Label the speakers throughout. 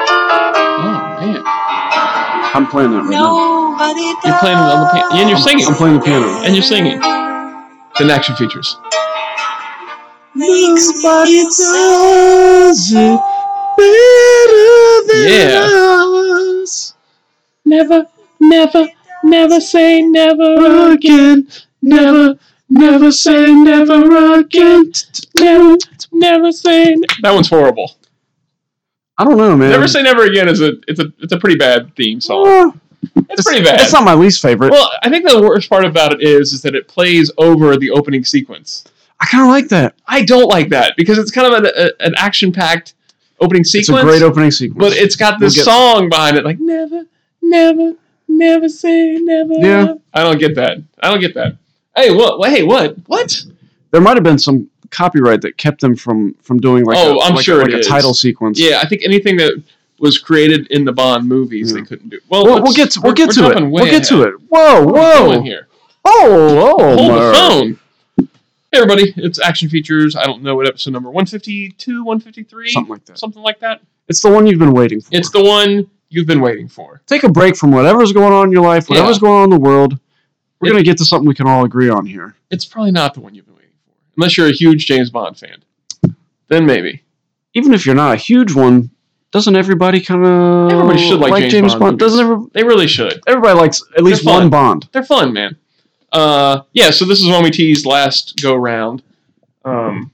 Speaker 1: Oh man, I'm playing that right now. Nobody
Speaker 2: You're playing it on the piano, and you're
Speaker 1: does
Speaker 2: singing,
Speaker 1: I'm playing the piano.
Speaker 2: and you're singing. The action features.
Speaker 1: Makes me Nobody does it better
Speaker 2: Yeah.
Speaker 1: than us.
Speaker 2: Never, never, never say never again. Never, never say never again. Never, never say. Ne- that one's horrible.
Speaker 1: I don't know, man.
Speaker 2: Never say never again is a it's a it's a pretty bad theme song.
Speaker 1: Uh,
Speaker 2: It's
Speaker 1: it's,
Speaker 2: pretty bad.
Speaker 1: it's not my least favorite.
Speaker 2: Well, I think the worst part about it is is that it plays over the opening sequence.
Speaker 1: I kind of like that.
Speaker 2: I don't like that because it's kind of an, a, an action packed opening sequence.
Speaker 1: It's a great opening sequence.
Speaker 2: but it's got
Speaker 1: We'll
Speaker 2: this
Speaker 1: get-
Speaker 2: song behind it, like never, never, never say never.
Speaker 1: Yeah.
Speaker 2: I don't get that. I don't get that. Hey, what? Hey, what? What?
Speaker 1: there might have been some copyright that kept them from from doing like
Speaker 2: Oh,
Speaker 1: a
Speaker 2: I'm
Speaker 1: like,
Speaker 2: sure
Speaker 1: a, like
Speaker 2: it
Speaker 1: a
Speaker 2: is.
Speaker 1: title sequence.
Speaker 2: Yeah, I think anything that was created in the Bond movies, they
Speaker 1: Yeah.
Speaker 2: couldn't do. Well,
Speaker 1: We'll, we'll
Speaker 2: let's-
Speaker 1: get to,
Speaker 2: we're-
Speaker 1: we'll get
Speaker 2: we're
Speaker 1: to
Speaker 2: jumping
Speaker 1: it.
Speaker 2: way
Speaker 1: We'll get to
Speaker 2: ahead.
Speaker 1: it. Whoa,
Speaker 2: What are we doing
Speaker 1: whoa,
Speaker 2: here?
Speaker 1: oh, oh,
Speaker 2: Hold the
Speaker 1: Merv.
Speaker 2: phone. Hey, everybody! It's Action Features. I don't know what episode number one fifty two, one fifty three,
Speaker 1: something like that.
Speaker 2: something like that.
Speaker 1: It's the one you've been waiting for.
Speaker 2: It's the one you've been waiting for.
Speaker 1: Take a break from whatever's going on in your life, whatever's
Speaker 2: Yeah.
Speaker 1: going on in the world. We're
Speaker 2: It-
Speaker 1: gonna get to something we can all agree on here.
Speaker 2: It's probably not the one you've been waiting for, unless you're a huge James Bond fan. Then maybe.
Speaker 1: Even if you're not a huge one, doesn't everybody kind of
Speaker 2: Everybody should like James
Speaker 1: James
Speaker 2: Bond
Speaker 1: Bond?
Speaker 2: movies.
Speaker 1: Doesn't every,
Speaker 2: They really should.
Speaker 1: everybody likes at least
Speaker 2: They're fun.
Speaker 1: one Bond?
Speaker 2: They're fun, man. Uh, yeah, so this is when we teased last go round. Um,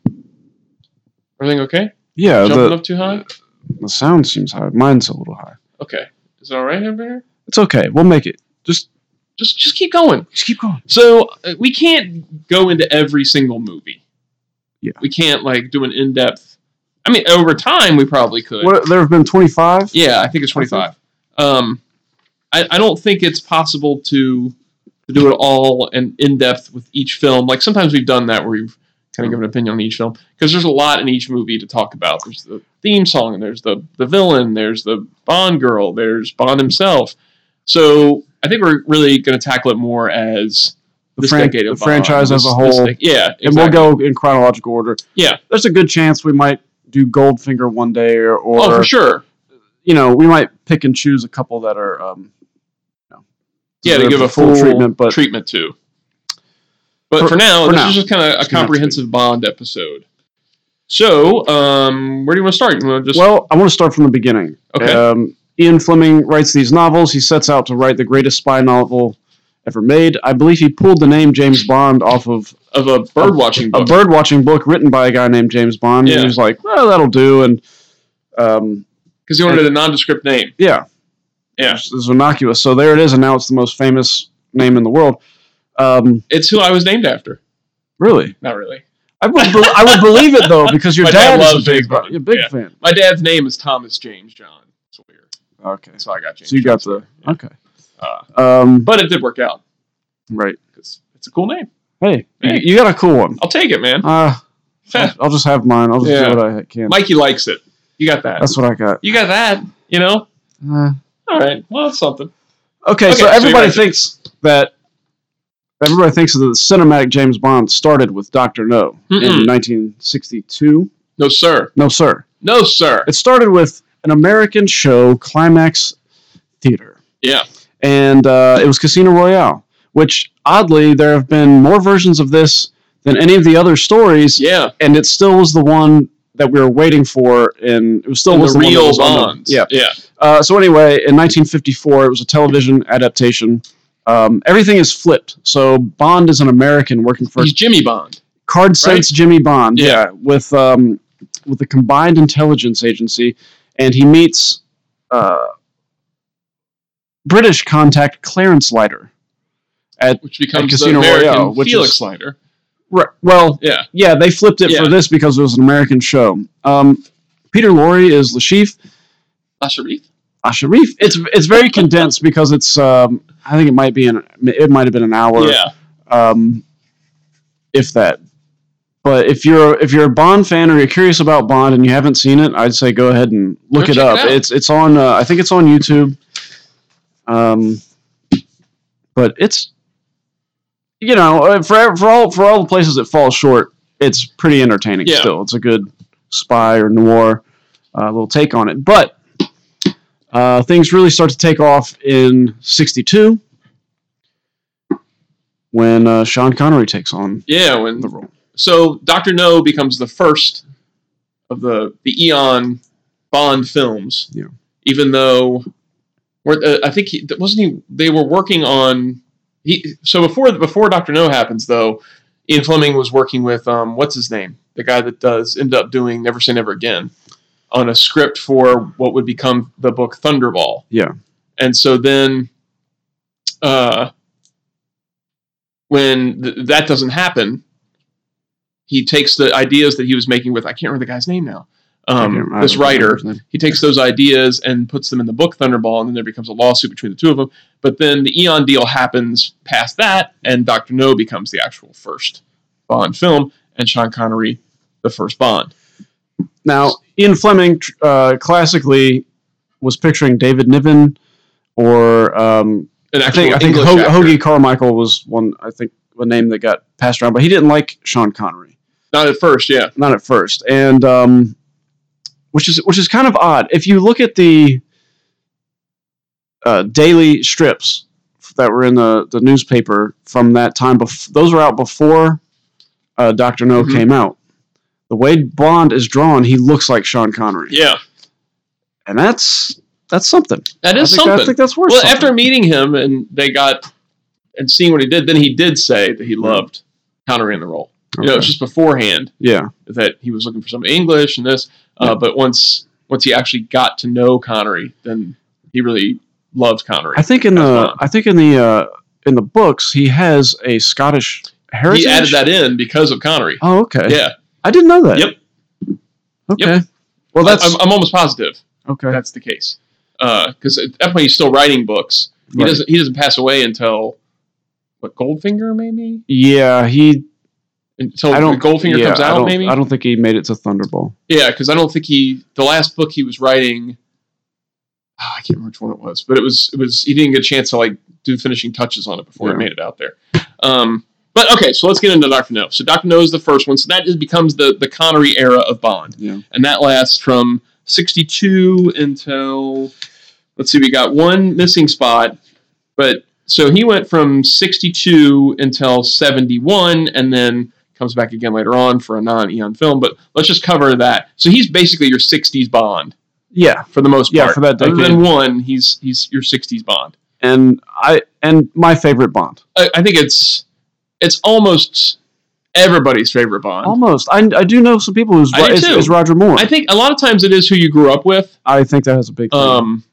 Speaker 2: everything okay?
Speaker 1: Yeah,
Speaker 2: Jumping
Speaker 1: the
Speaker 2: up too high?
Speaker 1: the sound seems high. Mine's a little high.
Speaker 2: Okay. Is it all right over here?
Speaker 1: It's okay. We'll make it. Just
Speaker 2: Just, just keep going.
Speaker 1: just keep going.
Speaker 2: So uh, we can't go into every single movie.
Speaker 1: Yeah.
Speaker 2: We can't like do an in depth. I mean, over time we probably could.
Speaker 1: What, there have been 25?
Speaker 2: Yeah, I think it's twenty five. Um, I, I don't think it's possible to to do it all and in depth with each film. Like sometimes we've done that where we've kind of given an opinion on each film because there's a lot in each movie to talk about. There's the theme song, and there's the the villain, there's the Bond girl, there's Bond himself. So I think we're really going to tackle it more as
Speaker 1: The
Speaker 2: this
Speaker 1: fran-
Speaker 2: decade of
Speaker 1: the franchise
Speaker 2: Bond,
Speaker 1: as a
Speaker 2: this- this
Speaker 1: whole.
Speaker 2: dec- yeah,
Speaker 1: And
Speaker 2: exactly.
Speaker 1: we'll go in chronological order.
Speaker 2: Yeah.
Speaker 1: There's a good chance we might do Goldfinger one day, or, or
Speaker 2: Oh, for sure.
Speaker 1: you know, we might pick and choose a couple that are, um, you know,
Speaker 2: Yeah, to
Speaker 1: deserve
Speaker 2: give
Speaker 1: the
Speaker 2: a full
Speaker 1: treatment. But
Speaker 2: treatment to. But for,
Speaker 1: For-
Speaker 2: now,
Speaker 1: for
Speaker 2: this
Speaker 1: now.
Speaker 2: is just kind of a
Speaker 1: Just next
Speaker 2: comprehensive Bond episode. So, um, where do you want to start? You want to just
Speaker 1: well, I want to start from the beginning.
Speaker 2: okay?
Speaker 1: Um, Ian Fleming writes these novels. He sets out to write the greatest spy novel ever made. I believe he pulled the name James Bond off of
Speaker 2: of a bird watching
Speaker 1: a
Speaker 2: book.
Speaker 1: bird watching book written by a guy named James Bond. And
Speaker 2: Yeah.
Speaker 1: he was like, well, that'll do. And um,
Speaker 2: because he wanted a nondescript name.
Speaker 1: yeah,
Speaker 2: Yeah,
Speaker 1: it's, it's innocuous. So there it is. And now it's the most famous name in the world. Um,
Speaker 2: it's who I was named after.
Speaker 1: really?
Speaker 2: Not really.
Speaker 1: I would, be- I would believe it, though, because your
Speaker 2: My dad
Speaker 1: dad, is
Speaker 2: loves
Speaker 1: a
Speaker 2: James
Speaker 1: big,
Speaker 2: Bond.
Speaker 1: you're a big
Speaker 2: Yeah.
Speaker 1: fan.
Speaker 2: My dad's name is Thomas James John Sawyer,
Speaker 1: Okay.
Speaker 2: so I got James.
Speaker 1: So you got
Speaker 2: John
Speaker 1: the.
Speaker 2: Sawyer. Yeah.
Speaker 1: Okay.
Speaker 2: Uh,
Speaker 1: Um,
Speaker 2: but it did work out
Speaker 1: right.
Speaker 2: because it's a cool name.
Speaker 1: Hey,
Speaker 2: Hey.
Speaker 1: You, you got a cool one.
Speaker 2: I'll take it, man.
Speaker 1: Uh, I'll, I'll just have mine. I'll just
Speaker 2: Yeah.
Speaker 1: do what I can.
Speaker 2: Mikey likes it. You got that.
Speaker 1: That's what I got.
Speaker 2: you got that. You know.
Speaker 1: Uh,
Speaker 2: All right. Well, that's something.
Speaker 1: Okay,
Speaker 2: Okay, so
Speaker 1: so
Speaker 2: you
Speaker 1: everybody
Speaker 2: guys-
Speaker 1: thinks that everybody thinks that the cinematic James Bond started with Doctor No
Speaker 2: Mm-mm.
Speaker 1: in 1962.
Speaker 2: No, sir.
Speaker 1: No, sir.
Speaker 2: No, sir.
Speaker 1: It started with an American show, Climax Theater,
Speaker 2: Yeah.
Speaker 1: and uh, it was Casino Royale. Which oddly, there have been more versions of this than any of the other stories,
Speaker 2: Yeah.
Speaker 1: and it still was the one that we were waiting for, and it was still
Speaker 2: the
Speaker 1: was the one that
Speaker 2: real
Speaker 1: was on the-
Speaker 2: Bonds.
Speaker 1: yeah.
Speaker 2: Yeah.
Speaker 1: Uh, so anyway, in 1954, it was a television adaptation. Um, everything is flipped. So Bond is an American working for
Speaker 2: He's Jimmy Bond.
Speaker 1: Card Sense Jimmy Bond.
Speaker 2: Yeah.
Speaker 1: with um, with the Combined Intelligence Agency, and he meets uh, British contact Clarence Leiter.
Speaker 2: Which becomes
Speaker 1: Casino
Speaker 2: the American
Speaker 1: Royale, which
Speaker 2: Felix
Speaker 1: is-
Speaker 2: Leiter.
Speaker 1: Right. Well,
Speaker 2: Yeah.
Speaker 1: yeah, they flipped it
Speaker 2: Yeah.
Speaker 1: for this because it was an American show. Um, Peter Lorre is Lashif.
Speaker 2: Asharif?
Speaker 1: Asharif. It's it's very condensed because it's. Um, I think it might be an it might have been an hour.
Speaker 2: Yeah.
Speaker 1: um, if that. But if you're if you're a Bond fan or you're curious about Bond and you haven't seen it, I'd say go ahead and look
Speaker 2: Go
Speaker 1: it
Speaker 2: check
Speaker 1: up.
Speaker 2: it out.
Speaker 1: it's it's on uh, I think it's on YouTube. Um, e, but it's you know uh, for for all for all the places it falls short, it's pretty entertaining
Speaker 2: Yeah.
Speaker 1: still. It's a good spy or noir uh, little take on it. But uh, things really start to take off in 62 when uh, Sean Connery takes on
Speaker 2: Yeah, when
Speaker 1: the role.
Speaker 2: so Doctor No becomes the first of the the Eon Bond films.
Speaker 1: Yeah.
Speaker 2: Even though, or, uh, I think he wasn't he. They were working on he. So before before Doctor No happens though, Ian Fleming was working with um what's his name the guy that does end up doing Never Say Never Again on a script for what would become the book Thunderball.
Speaker 1: Yeah.
Speaker 2: And so then, uh, when th- that doesn't happen, he takes the ideas that he was making with I can't remember the guy's name now.
Speaker 1: I
Speaker 2: Um,
Speaker 1: can't- I
Speaker 2: this
Speaker 1: don't remember
Speaker 2: writer,
Speaker 1: his name.
Speaker 2: he takes those ideas and puts them in the book Thunderball, and then there becomes a lawsuit between the two of them. But then the Eon deal happens past that, and Doctor No becomes the actual first Bond film, and Sean Connery the first Bond.
Speaker 1: Now, Ian Fleming tr- uh, classically was picturing David Niven or um,
Speaker 2: An
Speaker 1: I
Speaker 2: actual
Speaker 1: think I think
Speaker 2: English
Speaker 1: Ho-
Speaker 2: actor.
Speaker 1: Hoagie Carmichael was one I think a name that got passed around, but he didn't like Sean Connery,
Speaker 2: not at first, yeah.
Speaker 1: not at first, and um, which is which is kind of odd. If you look at the uh, daily strips that were in the the newspaper from that time, bef- those were out before uh, Doctor No
Speaker 2: Mhm.
Speaker 1: came out. The way Bond is drawn, he looks like Sean Connery,
Speaker 2: Yeah,
Speaker 1: and that's that's something.
Speaker 2: that
Speaker 1: I
Speaker 2: is
Speaker 1: think,
Speaker 2: something.
Speaker 1: I think that's worth.
Speaker 2: well,
Speaker 1: something.
Speaker 2: after meeting him and they got and seeing what he did, then he did say that he loved Connery in the role. You know,
Speaker 1: Okay.
Speaker 2: it's just beforehand
Speaker 1: yeah,
Speaker 2: that he was looking for some English and this,
Speaker 1: Yeah.
Speaker 2: uh, but once once he actually got to know Connery, then he really loved Connery.
Speaker 1: I think in the
Speaker 2: Bond.
Speaker 1: I think in the uh, in the books he has a Scottish heritage.
Speaker 2: He added that in because of Connery.
Speaker 1: Oh, okay.
Speaker 2: Yeah,
Speaker 1: I didn't know that.
Speaker 2: Yep.
Speaker 1: Okay. Well, that's
Speaker 2: I'm, I'm almost positive
Speaker 1: okay.
Speaker 2: that's the case because at that point he's still writing books. He
Speaker 1: Right.
Speaker 2: doesn't he doesn't pass away until what Goldfinger maybe
Speaker 1: yeah, he.
Speaker 2: until
Speaker 1: I don't.
Speaker 2: Oh, Goldfinger
Speaker 1: yeah,
Speaker 2: comes
Speaker 1: I
Speaker 2: out
Speaker 1: don't,
Speaker 2: maybe
Speaker 1: I don't think he made it to Thunderball.
Speaker 2: Yeah, because I don't think he the last book he was writing. ah, I can't remember which one it was, but it was it was he didn't get a chance to like do finishing touches on it before
Speaker 1: Yeah.
Speaker 2: it made it out there. Um, but okay, so let's get into Doctor No. So Doctor No is the first one, so that is, becomes the the Connery era of Bond,
Speaker 1: Yeah.
Speaker 2: and that lasts from sixty two until let's see, we got one missing spot, but so he went from sixty two until seventy one, and then comes back again later on for a non-Eon film, but let's just cover that. So he's basically your 60s Bond
Speaker 1: Yeah,
Speaker 2: for the most
Speaker 1: Yeah,
Speaker 2: part.
Speaker 1: for that
Speaker 2: Other
Speaker 1: decade.
Speaker 2: than one, he's he's your 60s Bond.
Speaker 1: and I and my favorite Bond.
Speaker 2: I, I think it's it's almost everybody's favorite Bond.
Speaker 1: Almost. I, I do know some people who's
Speaker 2: I do
Speaker 1: is,
Speaker 2: too.
Speaker 1: is Roger Moore.
Speaker 2: I think a lot of times it is who you grew up with.
Speaker 1: I think that has a big. thing.
Speaker 2: Um,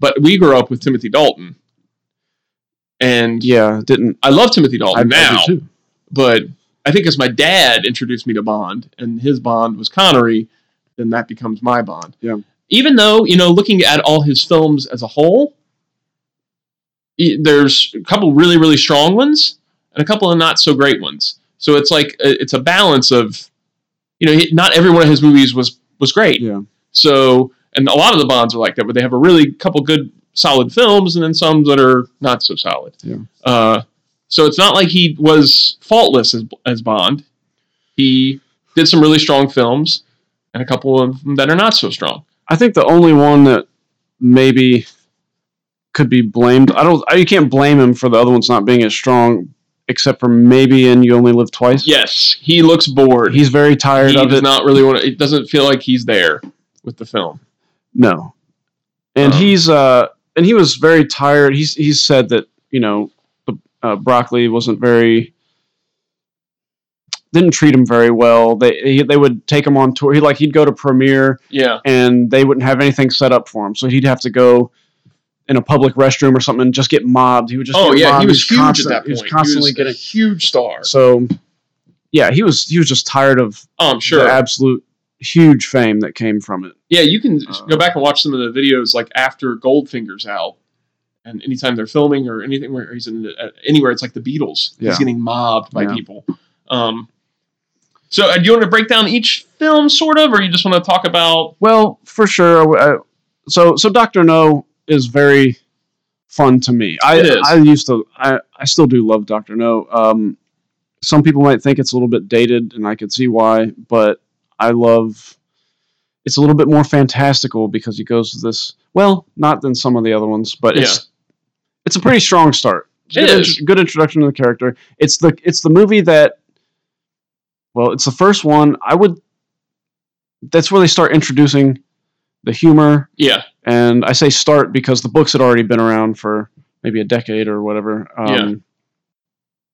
Speaker 2: but we grew up with Timothy Dalton, and
Speaker 1: yeah, didn't
Speaker 2: I love Timothy Dalton
Speaker 1: I,
Speaker 2: now.
Speaker 1: I do too.
Speaker 2: but I think as my dad introduced me to Bond, and his Bond was Connery, then that becomes my Bond.
Speaker 1: Yeah.
Speaker 2: Even though you know, looking at all his films as a whole, i- there's a couple really really strong ones and a couple of not so great ones. So it's like uh, it's a balance of, you know, he- not every one of his movies was was great.
Speaker 1: Yeah.
Speaker 2: So and a lot of the Bonds are like that, where they have a really couple good solid films, and then some that are not so solid.
Speaker 1: Yeah.
Speaker 2: Uh, so it's not like he was faultless as, as Bond. He did some really strong films and a couple of them that are not so strong.
Speaker 1: I think the only one that maybe could be blamed. I don't. I, you can't blame him for the other ones not being as strong, except for maybe in "You Only Live Twice."
Speaker 2: Yes, he looks bored.
Speaker 1: he's very tired
Speaker 2: he
Speaker 1: of
Speaker 2: does
Speaker 1: it.
Speaker 2: not really want to, it doesn't feel like he's there with the film.
Speaker 1: no, and
Speaker 2: Um,
Speaker 1: he's uh, and he was very tired. He's he's said that you know, the, uh, broccoli wasn't very didn't treat him very well. They he, they would take him on tour. He like he'd go to premiere
Speaker 2: Yeah.
Speaker 1: and they wouldn't have anything set up for him, so he'd have to go in a public restroom or something and just get mobbed. He would just
Speaker 2: oh
Speaker 1: get
Speaker 2: yeah,
Speaker 1: mobbed.
Speaker 2: he was huge
Speaker 1: constant-
Speaker 2: at that point.
Speaker 1: He was constantly
Speaker 2: a huge star.
Speaker 1: getting so. Yeah, he was he was just tired of
Speaker 2: Oh, I'm sure.
Speaker 1: the absolute huge fame that came from it.
Speaker 2: Yeah, you can
Speaker 1: Uh,
Speaker 2: go back and watch some of the videos like after Goldfinger's out, and anytime they're filming or anything where he's in uh, anywhere, it's like the Beatles.
Speaker 1: Yeah.
Speaker 2: He's getting mobbed by
Speaker 1: Yeah.
Speaker 2: people. Um, so, uh, do you want to break down each film, sort of, or you just want to talk about?
Speaker 1: Well, for sure. I- so so Doctor No is very fun to me. I
Speaker 2: It is.
Speaker 1: I used to I, I still do love Doctor No. Um, some people might think it's a little bit dated, and I could see why, but I love it's a little bit more fantastical because he goes to this well, not than some of the other ones, but it's it's a pretty strong start. It's a
Speaker 2: It
Speaker 1: good,
Speaker 2: is.
Speaker 1: good introduction to the character. It's the it's the movie that well, it's the first one I would that's where they start introducing the humor
Speaker 2: Yeah.
Speaker 1: and I say start because the books had already been around for maybe a decade or whatever. Um,
Speaker 2: Yeah.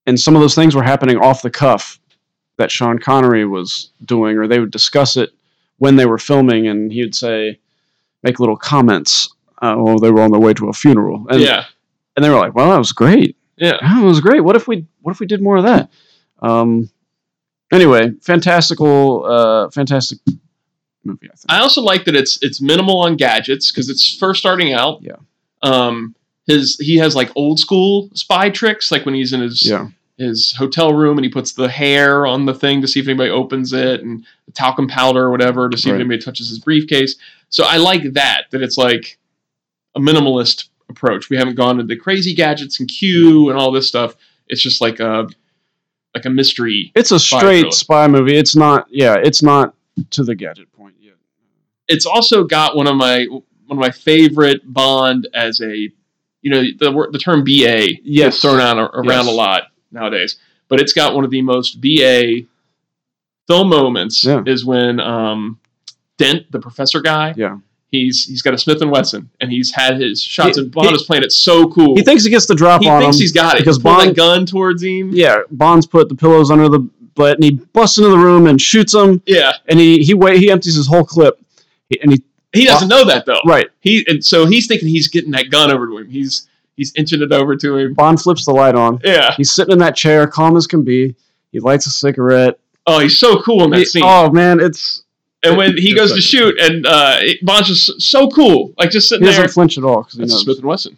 Speaker 1: And some of those things were happening off the cuff that Sean Connery was doing, or they would discuss it when they were filming, and he'd say, make little comments. Uh, well, they were on their way to a funeral, and
Speaker 2: yeah.
Speaker 1: and they were like, "Well, that was great.
Speaker 2: Yeah.
Speaker 1: That Oh, was great. What if we what if we did more of that?" Um, anyway, fantastical, uh, fantastic movie. I think.
Speaker 2: I also like that it's it's minimal on gadgets because it's first starting out.
Speaker 1: Yeah.
Speaker 2: Um, his he has like old school spy tricks, like when he's in his
Speaker 1: yeah,
Speaker 2: his hotel room and he puts the hair on the thing to see if anybody opens it and the talcum powder or whatever to see if
Speaker 1: Right.
Speaker 2: anybody touches his briefcase. So I like that that it's like a minimalist approach. We haven't gone into the crazy gadgets and Q and all this stuff. It's just like a like a mystery.
Speaker 1: It's a
Speaker 2: Spy
Speaker 1: straight
Speaker 2: thriller.
Speaker 1: spy movie. It's not. Yeah, it's not to the gadget point yet.
Speaker 2: It's also got one of my one of my favorite Bond as a you know the wor- the term BA
Speaker 1: Yes.
Speaker 2: gets thrown out around
Speaker 1: Yes.
Speaker 2: a lot nowadays. But it's got one of the most BA film moments
Speaker 1: Yeah.
Speaker 2: is when um, Dent, the professor guy,
Speaker 1: Yeah.
Speaker 2: he's he's got a Smith and Wesson, and he's had his shots,
Speaker 1: He-
Speaker 2: and Bond
Speaker 1: he-
Speaker 2: is playing it so cool.
Speaker 1: He thinks he gets the drop
Speaker 2: He
Speaker 1: on
Speaker 2: thinks
Speaker 1: him.
Speaker 2: he's got it
Speaker 1: because
Speaker 2: He pulled
Speaker 1: Bond-
Speaker 2: that gun towards him.
Speaker 1: yeah, Bond's put the pillows under the butt, and he busts into the room and shoots him,
Speaker 2: Yeah.
Speaker 1: and he he wait he empties his whole clip, He- and he
Speaker 2: he doesn't know that though.
Speaker 1: right
Speaker 2: He and so he's thinking he's getting that gun over to him. He's he's inching it over to him.
Speaker 1: Bond flips the light on.
Speaker 2: Yeah.
Speaker 1: He's sitting in that chair, calm as can be. He lights a cigarette.
Speaker 2: Oh, he's so cool in that
Speaker 1: He-
Speaker 2: scene.
Speaker 1: oh man, it's
Speaker 2: and when he goes to shoot, and uh, it- Bond's just so cool, like just
Speaker 1: he
Speaker 2: sitting there.
Speaker 1: doesn't flinch at all because he
Speaker 2: That's
Speaker 1: knows.
Speaker 2: Smith and Wesson.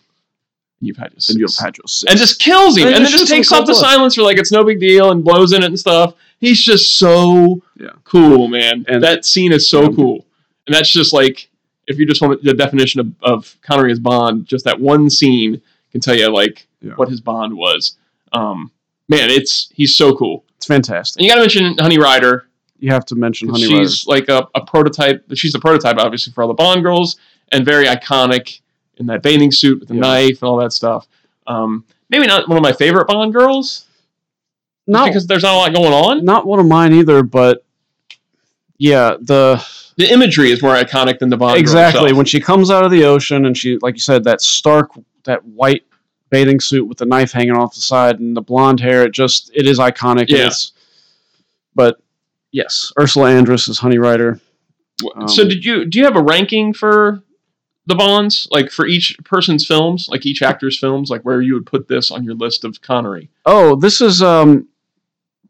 Speaker 2: And you've had your
Speaker 1: and you'll
Speaker 2: six.
Speaker 1: patch your six.
Speaker 2: And just kills him,
Speaker 1: And
Speaker 2: and, then
Speaker 1: just
Speaker 2: just
Speaker 1: shoots him
Speaker 2: takes off the
Speaker 1: cold blood.
Speaker 2: silence for like it's no big deal, and blows in it and stuff. He's just so
Speaker 1: Yeah.
Speaker 2: cool, man.
Speaker 1: And-
Speaker 2: that scene is so
Speaker 1: Yeah.
Speaker 2: cool, and that's just like if you just want the definition of, of Connery as Bond, just that one scene can tell you like
Speaker 1: Yeah.
Speaker 2: what his Bond was. Um, man, it's he's so cool.
Speaker 1: it's fantastic.
Speaker 2: And you got to mention Honey Rider.
Speaker 1: You have to mention Honey Rider.
Speaker 2: She's like a, a prototype. She's the prototype, obviously, for all the Bond girls, and very iconic in that bathing suit with the
Speaker 1: Yeah.
Speaker 2: knife and all that stuff. Um, maybe not one of my favorite Bond girls, just
Speaker 1: No,
Speaker 2: because there's not a lot going on.
Speaker 1: not one of mine either, but yeah, the
Speaker 2: The imagery is more iconic than the Bond. girl
Speaker 1: exactly
Speaker 2: herself.
Speaker 1: when she comes out of the ocean and she, like you said, that stark, that white bathing suit with the knife hanging off the side and the blonde hair. It just it is iconic. and
Speaker 2: Yeah.
Speaker 1: It's, but yes, Ursula Andress is Honey Rider.
Speaker 2: W- so
Speaker 1: um,
Speaker 2: did you do you have a ranking for the Bonds, like for each person's films, like each actor's films, like where you would put this on your list of Connery?
Speaker 1: Oh, this is um,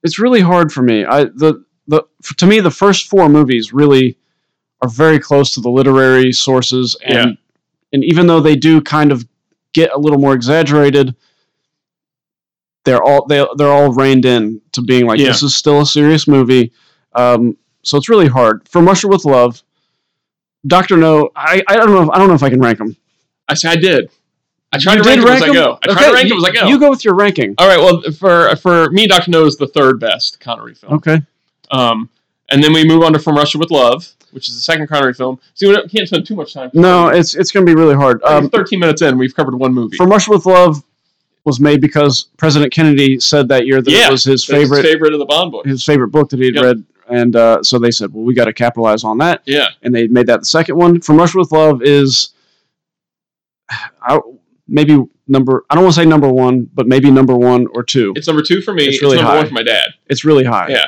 Speaker 1: it's really hard for me. I the the f- to me the first four movies really are very close to the literary sources, and
Speaker 2: Yeah.
Speaker 1: and even though they do kind of get a little more exaggerated, they're all they they're all reined in to being like
Speaker 2: Yeah.
Speaker 1: this is still a serious movie. Um, so it's really hard for Musher with Love. Doctor No, I, I don't know if, I don't know if I can rank them.
Speaker 2: I say I did. I tried
Speaker 1: You
Speaker 2: to rank
Speaker 1: did
Speaker 2: them as I
Speaker 1: rank 'em?
Speaker 2: go. I tried
Speaker 1: Okay,
Speaker 2: to rank
Speaker 1: you-
Speaker 2: them as I go.
Speaker 1: You go with your ranking.
Speaker 2: All right. Well, for for me, Doctor No is the third best Connery film.
Speaker 1: Okay.
Speaker 2: Um, and then we move on to From Russia with Love, which is the second Connery film. See, we don't- can't spend too much time.
Speaker 1: No, it's it's going to be really hard.
Speaker 2: We're
Speaker 1: Um,
Speaker 2: thirteen minutes in, we've covered one movie.
Speaker 1: From Russia with Love was made because President Kennedy said that year that
Speaker 2: Yeah,
Speaker 1: it was his
Speaker 2: That's his
Speaker 1: favorite his,
Speaker 2: favorite of the Bond book.
Speaker 1: favorite book that he'd
Speaker 2: Yep.
Speaker 1: read, and uh, so they said, "Well, we got to capitalize on that,"
Speaker 2: Yeah,
Speaker 1: and they made that the second one. From Russia with Love is, I, maybe number I don't want to say number one, but maybe number one or two. It's,
Speaker 2: it's number two for me.
Speaker 1: It's
Speaker 2: It's,
Speaker 1: really
Speaker 2: number one
Speaker 1: high.
Speaker 2: for my dad.
Speaker 1: really high.
Speaker 2: Yeah,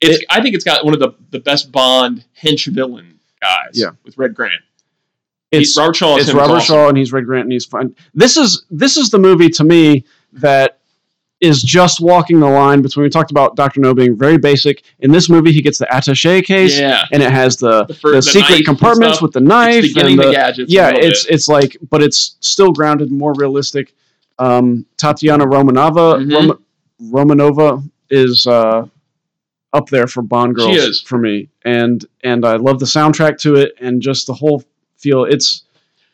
Speaker 2: it's. I think it's got one of the, the best Bond hench villain guys.
Speaker 1: Yeah.
Speaker 2: with Red Grant.
Speaker 1: It's
Speaker 2: He- Robert Shaw. Is
Speaker 1: it's
Speaker 2: him is
Speaker 1: Robert
Speaker 2: awesome.
Speaker 1: Shaw and he's Red Grant and he's fun. This is this is the movie to me that is just walking the line between we talked about Doctor No being very basic. In this movie, he gets the attaché case,
Speaker 2: Yeah,
Speaker 1: and it has the
Speaker 2: The
Speaker 1: the,
Speaker 2: fir- the knife
Speaker 1: secret
Speaker 2: and
Speaker 1: compartments
Speaker 2: stuff.
Speaker 1: with the
Speaker 2: it's
Speaker 1: knife
Speaker 2: beginning
Speaker 1: and
Speaker 2: the,
Speaker 1: the,
Speaker 2: gadgets. a
Speaker 1: yeah.
Speaker 2: little bit.
Speaker 1: It's it's like, but it's still grounded, more realistic. Um, Tatiana Romanova
Speaker 2: Mhm.
Speaker 1: Rom- Romanova is uh, up there for Bond
Speaker 2: She
Speaker 1: girls
Speaker 2: is.
Speaker 1: for me, and and I love the soundtrack to it, and just the whole feel. It's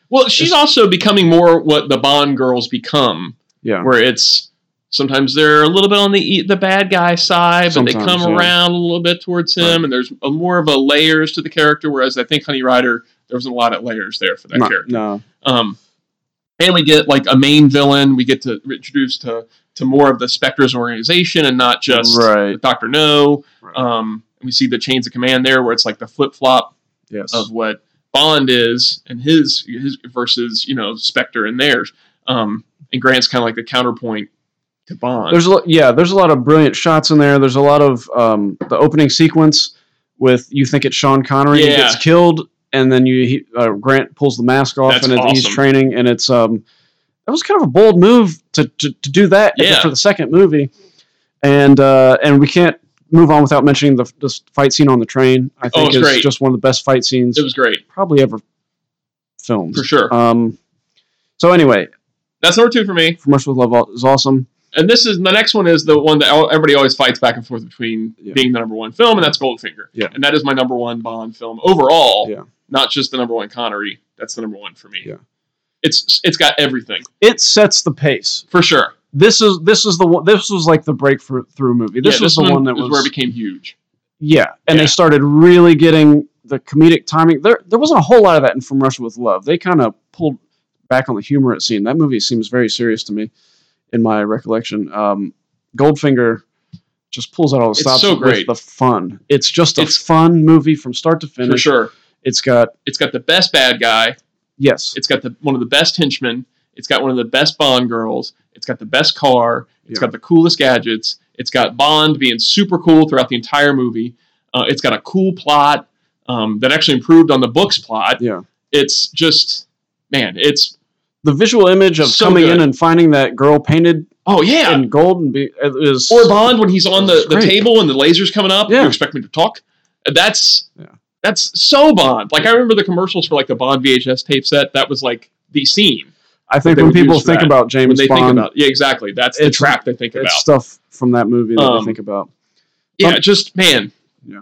Speaker 2: well, she's
Speaker 1: it's-
Speaker 2: also becoming more what the Bond girls become.
Speaker 1: yeah.
Speaker 2: where it's Sometimes they're a little bit on the e- the bad guy side, but they
Speaker 1: Sometimes,
Speaker 2: come
Speaker 1: yeah.
Speaker 2: around a little bit towards him,
Speaker 1: Right.
Speaker 2: and there's a, more of a layers to the character. Whereas I think Honey Rider, there wasn't a lot of layers there for that
Speaker 1: No,
Speaker 2: character.
Speaker 1: no.
Speaker 2: Um, and we get like a main villain. We get to introduce to to more of the Spectre's organization and not just
Speaker 1: Right.
Speaker 2: Doctor No.
Speaker 1: Right.
Speaker 2: Um, we see the chains of command there, where it's like the flip flop
Speaker 1: Yes.
Speaker 2: of what Bond is and his his versus you know Spectre and theirs. Um, and Grant's kind of like the counterpoint to Bond.
Speaker 1: There's a lot, yeah, there's a lot of brilliant shots in there. There's a lot of um, the opening sequence with you think it's Sean Connery who
Speaker 2: Yeah.
Speaker 1: gets killed, and then you he, uh, Grant pulls the mask off
Speaker 2: That's
Speaker 1: and it- he's
Speaker 2: awesome.
Speaker 1: training, and it's um, that was kind of a bold move to to, to do that at the-
Speaker 2: Yeah.
Speaker 1: for the second movie, and uh, and we can't move on without mentioning the this fight scene on the train. I think
Speaker 2: it's
Speaker 1: is
Speaker 2: Oh, great.
Speaker 1: just one of the best fight scenes
Speaker 2: it was great
Speaker 1: probably ever filmed.
Speaker 2: for sure.
Speaker 1: Um, so anyway,
Speaker 2: That's number two for me.
Speaker 1: from Rush with Love is awesome.
Speaker 2: And this is the next one is the one that al- everybody always fights back and forth between
Speaker 1: Yeah.
Speaker 2: being the number one film, and that's Goldfinger.
Speaker 1: Yeah.
Speaker 2: And that is my number one Bond film overall.
Speaker 1: Yeah.
Speaker 2: Not just the number one Connery. That's the number one for me.
Speaker 1: Yeah.
Speaker 2: It's it's got everything
Speaker 1: It sets the pace.
Speaker 2: for sure.
Speaker 1: this is this is the one this was like the breakthrough through movie. This
Speaker 2: Yeah,
Speaker 1: was the one, that
Speaker 2: is
Speaker 1: was
Speaker 2: where it became huge.
Speaker 1: yeah, and
Speaker 2: Yeah.
Speaker 1: they started really getting the comedic timing. There there wasn't a whole lot of that in From Russia with Love. They kind of pulled back on the humor it seemed. That movie seems very serious to me, in my recollection. Um, Goldfinger just pulls out all the
Speaker 2: It's
Speaker 1: stops
Speaker 2: so
Speaker 1: with
Speaker 2: great.
Speaker 1: the fun. It's just a
Speaker 2: It's-
Speaker 1: fun movie from start to
Speaker 2: For
Speaker 1: finish.
Speaker 2: sure.
Speaker 1: It's got
Speaker 2: It's got the best bad guy.
Speaker 1: yes,
Speaker 2: It's got the one of the best henchmen. It's got one of the best Bond girls. It's got the best car. It's
Speaker 1: Yeah.
Speaker 2: got the coolest gadgets. It's got Bond being super cool throughout the entire movie. Uh, it's got a cool plot um, that actually improved on the book's plot.
Speaker 1: yeah.
Speaker 2: It's just, man, it's
Speaker 1: The visual image of
Speaker 2: So
Speaker 1: coming
Speaker 2: good.
Speaker 1: in and finding that girl painted
Speaker 2: oh yeah.
Speaker 1: in gold and be, is
Speaker 2: or Bond when he's on the,
Speaker 1: It's
Speaker 2: the
Speaker 1: great.
Speaker 2: table and the laser's coming up.
Speaker 1: Yeah.
Speaker 2: You expect me to talk? That's
Speaker 1: Yeah.
Speaker 2: that's so Bond. Like I remember the commercials for like the Bond VHS tape set. That was like the scene
Speaker 1: I think
Speaker 2: they
Speaker 1: when
Speaker 2: would
Speaker 1: people
Speaker 2: use for
Speaker 1: think
Speaker 2: that.
Speaker 1: about
Speaker 2: when
Speaker 1: James
Speaker 2: they
Speaker 1: Bond,
Speaker 2: think about. Yeah, exactly. That's the
Speaker 1: It's-
Speaker 2: trap they think about.
Speaker 1: it's stuff from that movie that
Speaker 2: Um,
Speaker 1: we think about.
Speaker 2: yeah,
Speaker 1: Um,
Speaker 2: just man.
Speaker 1: Yeah.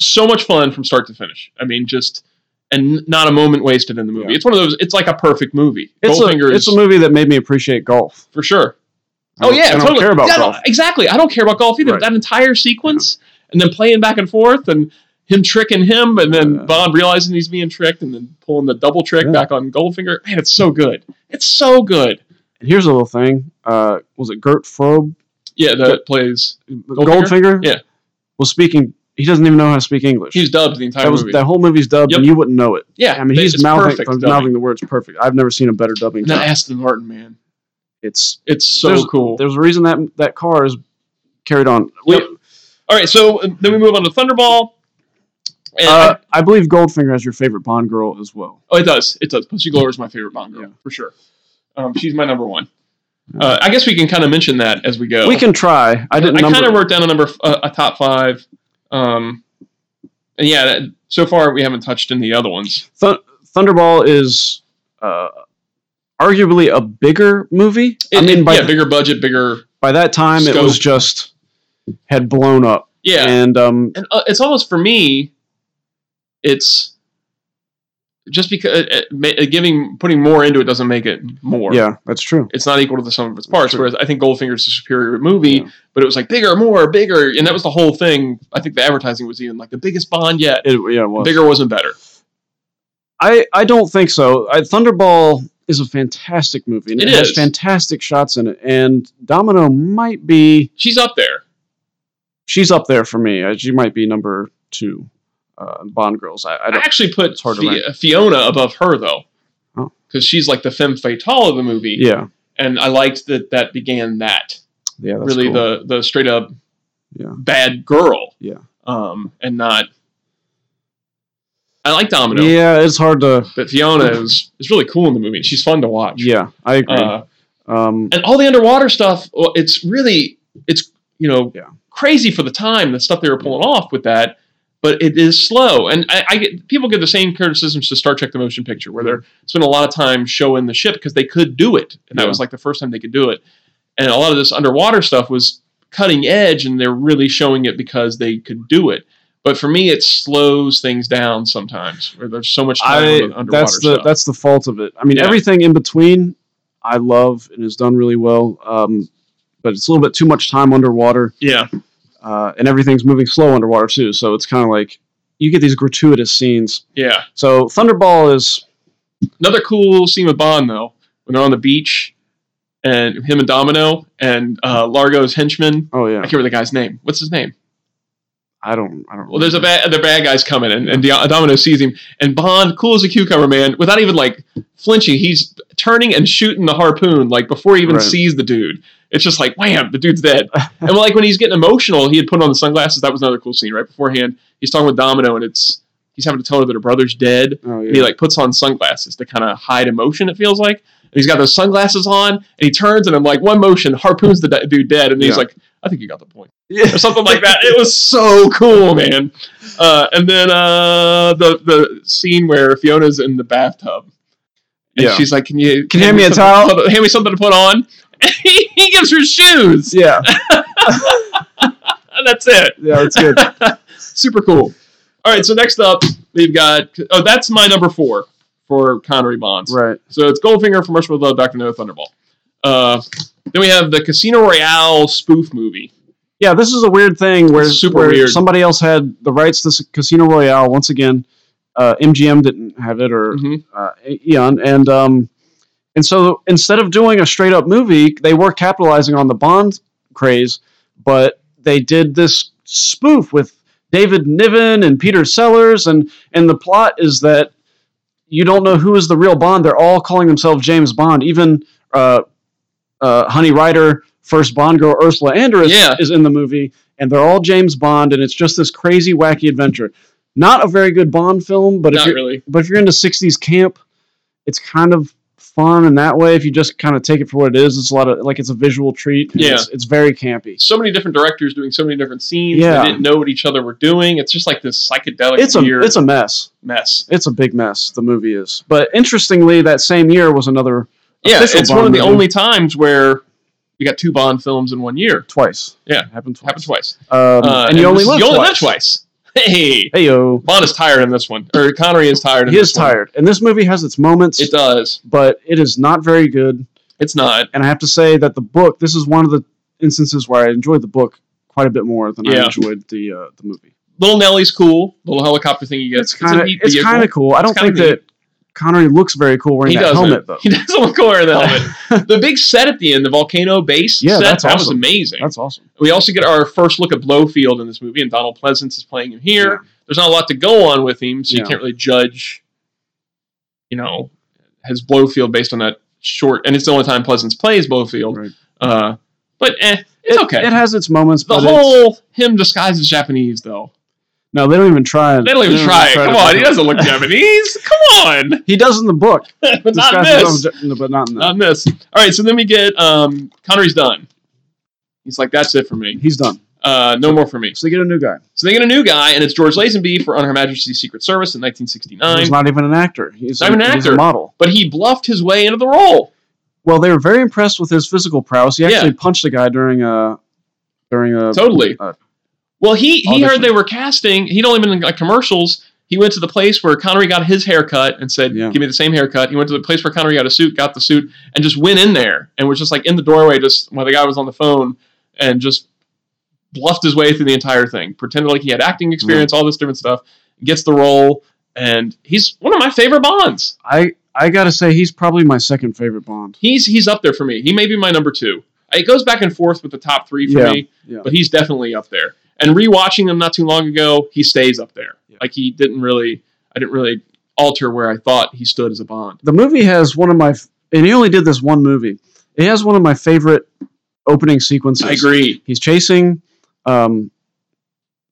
Speaker 2: So much fun from start to finish. I mean, just and not a moment wasted in the movie.
Speaker 1: Yeah.
Speaker 2: It's one of those. It's like a perfect movie.
Speaker 1: It's
Speaker 2: Goldfinger
Speaker 1: a,
Speaker 2: is
Speaker 1: it's a movie that made me appreciate golf.
Speaker 2: for sure.
Speaker 1: I
Speaker 2: oh
Speaker 1: don't-
Speaker 2: yeah,
Speaker 1: I don't
Speaker 2: totally.
Speaker 1: care about
Speaker 2: Yeah, I don't-
Speaker 1: golf.
Speaker 2: Exactly. I don't care about golf either.
Speaker 1: Right.
Speaker 2: That entire sequence and then playing back and forth and him tricking him and then
Speaker 1: Yeah.
Speaker 2: Bond realizing he's being tricked and then pulling the double trick
Speaker 1: Yeah.
Speaker 2: back on Goldfinger. Man, it's so good. It's so good.
Speaker 1: And Here's a little thing. Uh, was it Gert Frobe?
Speaker 2: Yeah, that plays.
Speaker 1: Goldfinger?
Speaker 2: Yeah.
Speaker 1: Was speaking. He doesn't even know how to speak English.
Speaker 2: He's dubbed the entire
Speaker 1: that was
Speaker 2: movie.
Speaker 1: that whole movie's dubbed,
Speaker 2: Yep.
Speaker 1: and you wouldn't know it.
Speaker 2: yeah,
Speaker 1: I mean,
Speaker 2: they-
Speaker 1: he's
Speaker 2: it's
Speaker 1: mouthing,
Speaker 2: perfect dubbing.
Speaker 1: mouthing the words perfect. I've never seen a better dubbing.
Speaker 2: And that
Speaker 1: job.
Speaker 2: Aston Martin, man,
Speaker 1: It's
Speaker 2: it's so
Speaker 1: there's,
Speaker 2: cool.
Speaker 1: There's a reason that that car is carried on. We-
Speaker 2: Yep. All right, so uh, then we move on to Thunderball. And
Speaker 1: uh, I believe Goldfinger has your favorite Bond girl as well.
Speaker 2: Oh, it does. It does. Pussy Glover is my favorite Bond girl
Speaker 1: Yeah.
Speaker 2: for sure. Um, she's my number one. Uh, I guess we can kind of mention that as we go.
Speaker 1: We can try. I didn't
Speaker 2: I
Speaker 1: number.
Speaker 2: kind of wrote down a number, f- a, a top five. Um, and yeah, that, so far we haven't touched in the other ones.
Speaker 1: Th- Thunderball is uh, arguably a bigger movie. I mean, by,
Speaker 2: yeah, bigger budget, bigger.
Speaker 1: by that time, it was
Speaker 2: Scope.
Speaker 1: just had blown up,
Speaker 2: Yeah, and,
Speaker 1: and um,
Speaker 2: uh, it's almost for me. It's just because uh, ma- uh, giving putting more into it doesn't make it more.
Speaker 1: yeah, that's true.
Speaker 2: it's not equal to the sum of its parts.
Speaker 1: True.
Speaker 2: Whereas I think Goldfinger's a superior movie,
Speaker 1: Yeah.
Speaker 2: but it was like bigger, more, bigger, and that was the whole thing. I think the advertising was even like the biggest Bond yet.
Speaker 1: It, yeah, it was.
Speaker 2: Bigger wasn't better.
Speaker 1: I, I don't think so. I, Thunderball is a fantastic movie. And
Speaker 2: It
Speaker 1: it has
Speaker 2: is.
Speaker 1: fantastic shots in it, and Domino might be
Speaker 2: She's up there.
Speaker 1: she's up there for me. Uh, She might be number two. Uh, Bond girls. I, I
Speaker 2: I,
Speaker 1: don't.
Speaker 2: actually put
Speaker 1: it's hard to
Speaker 2: Fi- Fiona above her though,
Speaker 1: Oh.
Speaker 2: because she's like the femme fatale of the movie,
Speaker 1: Yeah,
Speaker 2: and I liked that that began that
Speaker 1: yeah. That's
Speaker 2: really
Speaker 1: cool.
Speaker 2: the the straight up
Speaker 1: Yeah.
Speaker 2: bad girl,
Speaker 1: Yeah.
Speaker 2: um, and not. I like Domino,
Speaker 1: Yeah, it's hard to.
Speaker 2: but Fiona is is really cool in the movie. She's fun to watch.
Speaker 1: Yeah, I agree.
Speaker 2: Uh,
Speaker 1: um,
Speaker 2: and all the underwater stuff well, it's really it's you know
Speaker 1: Yeah.
Speaker 2: crazy for the time the stuff they were pulling off with that but it is slow and I, I get people give the same criticisms to star trek the motion picture where they're spending a lot of time showing the ship because they could do it and that
Speaker 1: Yeah.
Speaker 2: was like the first time they could do it and a lot of this underwater stuff was cutting edge and they're really showing it because they could do it but for me it slows things down sometimes where there's so much time
Speaker 1: I
Speaker 2: on the underwater
Speaker 1: that's the
Speaker 2: stuff
Speaker 1: that's the fault of it. I mean,
Speaker 2: Yeah.
Speaker 1: everything in between, I love and is done really well. Um, but it's a little bit too much time underwater,
Speaker 2: Yeah.
Speaker 1: uh, and everything's moving slow underwater too. So it's kind of like you get these gratuitous scenes.
Speaker 2: Yeah.
Speaker 1: So Thunderball is
Speaker 2: Another cool scene with Bond though, when they're on the beach, and him and Domino and uh, Largo's henchman.
Speaker 1: oh
Speaker 2: I
Speaker 1: yeah,
Speaker 2: can't remember the guy's name. What's his name?
Speaker 1: I don't I don't.
Speaker 2: Well, there's a bad, the bad guys coming, and, and Dia- Domino sees him, and Bond, cool as a cucumber, man, without even like flinching, he's turning and shooting the harpoon like before he even
Speaker 1: Right.
Speaker 2: sees the dude. It's just like wham, the dude's dead. and like when he's getting emotional, he had put on the sunglasses. That was another cool scene right beforehand. He's talking with Domino, and it's he's having to tell her that her brother's dead,
Speaker 1: oh, yeah.
Speaker 2: and he like puts on sunglasses to kind of hide emotion. It feels like and he's got those sunglasses on, and he turns, and I'm like one motion harpoons the de- dude dead, and he's
Speaker 1: Yeah.
Speaker 2: like, I think you got the point
Speaker 1: yeah.
Speaker 2: or something like that. It was so cool, man. Uh, and then uh, the the scene where Fiona's in the bathtub, and
Speaker 1: Yeah.
Speaker 2: she's like, "Can you
Speaker 1: Can you hand me a
Speaker 2: something-
Speaker 1: towel?"
Speaker 2: Hand me something to put on." he gives her shoes.
Speaker 1: yeah,
Speaker 2: And That's it.
Speaker 1: yeah, that's good.
Speaker 2: Super cool. All right, so next up we've got oh that's my number four for Connery Bonds.
Speaker 1: right.
Speaker 2: So it's Goldfinger from Rushmore Love, Doctor No, Thunderball. Uh, then we have the Casino Royale spoof movie.
Speaker 1: Yeah, this is a weird thing where,
Speaker 2: It's super
Speaker 1: where
Speaker 2: weird.
Speaker 1: somebody else had the rights to s- Casino Royale once again. Uh, MGM didn't have it, or
Speaker 2: Mhm.
Speaker 1: uh, Eon, and um, and so instead of doing a straight up movie, they were capitalizing on the Bond craze, but they did this spoof with David Niven and Peter Sellers, and and the plot is that you don't know who is the real Bond. They're all calling themselves James Bond. Even uh, uh, Honey Ryder, first Bond girl Ursula Andress
Speaker 2: Yeah.
Speaker 1: is in the movie, and they're all James Bond, and it's just this crazy wacky adventure. Not a very good Bond film, but if
Speaker 2: Not
Speaker 1: you're
Speaker 2: really.
Speaker 1: but if you're into 60s camp it's kind of fun in that way if you just kind of take it for what it is it's a lot of like it's a visual treat and
Speaker 2: Yeah.
Speaker 1: it's, it's very campy
Speaker 2: so many different directors doing so many different scenes.
Speaker 1: Yeah.
Speaker 2: They didn't know what each other were doing. It's just like this psychedelic
Speaker 1: it's a
Speaker 2: weird
Speaker 1: it's a mess
Speaker 2: mess.
Speaker 1: it's a big mess the movie is but interestingly that same year was another
Speaker 2: Yeah,
Speaker 1: official
Speaker 2: it's one of
Speaker 1: Bond
Speaker 2: the
Speaker 1: movie.
Speaker 2: only times where you got two Bond films in one year.
Speaker 1: twice
Speaker 2: Yeah.
Speaker 1: It happened twice
Speaker 2: Happened twice.
Speaker 1: Um,
Speaker 2: Uh,
Speaker 1: and you only
Speaker 2: this-
Speaker 1: live
Speaker 2: you only
Speaker 1: twice,
Speaker 2: live twice. Hey,
Speaker 1: hey yo
Speaker 2: Bond is tired in this one, or Connery is tired. In
Speaker 1: he
Speaker 2: this
Speaker 1: is
Speaker 2: one.
Speaker 1: tired and this movie has its moments
Speaker 2: It does.
Speaker 1: but it is not very good
Speaker 2: It's not.
Speaker 1: and I have to say that the book this is one of the instances where I enjoyed the book quite a bit more than I
Speaker 2: Yeah.
Speaker 1: enjoyed the uh, the movie
Speaker 2: Little Nellie's cool. Little helicopter thing you get.
Speaker 1: it's kind of
Speaker 2: a neat
Speaker 1: it's
Speaker 2: vehicle.
Speaker 1: kind of cool. I don't
Speaker 2: It's
Speaker 1: think
Speaker 2: kinda
Speaker 1: that Connery looks very cool wearing
Speaker 2: He
Speaker 1: that
Speaker 2: doesn't.
Speaker 1: helmet though.
Speaker 2: He doesn't look cool wearing the helmet. the big set at the end, the volcano base
Speaker 1: Yeah,
Speaker 2: set,
Speaker 1: that's
Speaker 2: that was
Speaker 1: awesome.
Speaker 2: amazing.
Speaker 1: That's awesome.
Speaker 2: We also get our first look at Blowfield in this movie, and Donald Pleasance is playing him here.
Speaker 1: Yeah.
Speaker 2: There's not a lot to go on with him, so
Speaker 1: Yeah.
Speaker 2: you can't really judge, you know, his Blowfield based on that short. And it's the only time Pleasance plays Blowfield.
Speaker 1: Right.
Speaker 2: Uh, but eh, it's
Speaker 1: it,
Speaker 2: okay.
Speaker 1: It has its moments,
Speaker 2: the
Speaker 1: but it's,
Speaker 2: whole him disguised as Japanese, though.
Speaker 1: no, they don't even try.
Speaker 2: They don't even try it. Come
Speaker 1: to-
Speaker 2: on, he doesn't look Japanese. Come on,
Speaker 1: He does in the book.
Speaker 2: but
Speaker 1: This
Speaker 2: not
Speaker 1: guy's
Speaker 2: this.
Speaker 1: a little bit- but not in that.
Speaker 2: Not in this. All right, so then we get um, Connery's done. He's like, that's it for me.
Speaker 1: He's done.
Speaker 2: Uh, no more for me.
Speaker 1: So they get a new guy.
Speaker 2: So they get a new guy, and it's George Lazenby for On Her Majesty's Secret Service in
Speaker 1: He's
Speaker 2: 1969.
Speaker 1: not even an actor. He's,
Speaker 2: Uh, Not even an
Speaker 1: he's a
Speaker 2: actor.
Speaker 1: model.
Speaker 2: But he bluffed his way into the role.
Speaker 1: Well, they were very impressed with his physical prowess. He
Speaker 2: Yeah.
Speaker 1: actually punched a guy during a during a
Speaker 2: Totally.
Speaker 1: uh,
Speaker 2: Well, he, he
Speaker 1: audition.
Speaker 2: heard they were casting. He'd only been in like commercials. He went to the place where Connery got his haircut and said,
Speaker 1: Yeah.
Speaker 2: "Give me the same haircut." He went to the place where Connery got a suit, got the suit, and just went in there and was just like in the doorway, just while the guy was on the phone, and just bluffed his way through the entire thing, pretended like he had acting experience, all this different stuff. Gets the role, and he's one of my favorite Bonds.
Speaker 1: I I gotta say he's probably my second favorite Bond.
Speaker 2: he's he's up there for me. He may be my number two. It goes back and forth with the top three for
Speaker 1: Yeah,
Speaker 2: me,
Speaker 1: yeah.
Speaker 2: but he's definitely up there. And rewatching him not too long ago, he stays up there.
Speaker 1: Yeah.
Speaker 2: Like he didn't really, I didn't really alter where I thought he stood as a Bond.
Speaker 1: the movie has one of my f- and he only did this one movie it has one of my favorite opening sequences
Speaker 2: I agree.
Speaker 1: he's chasing um,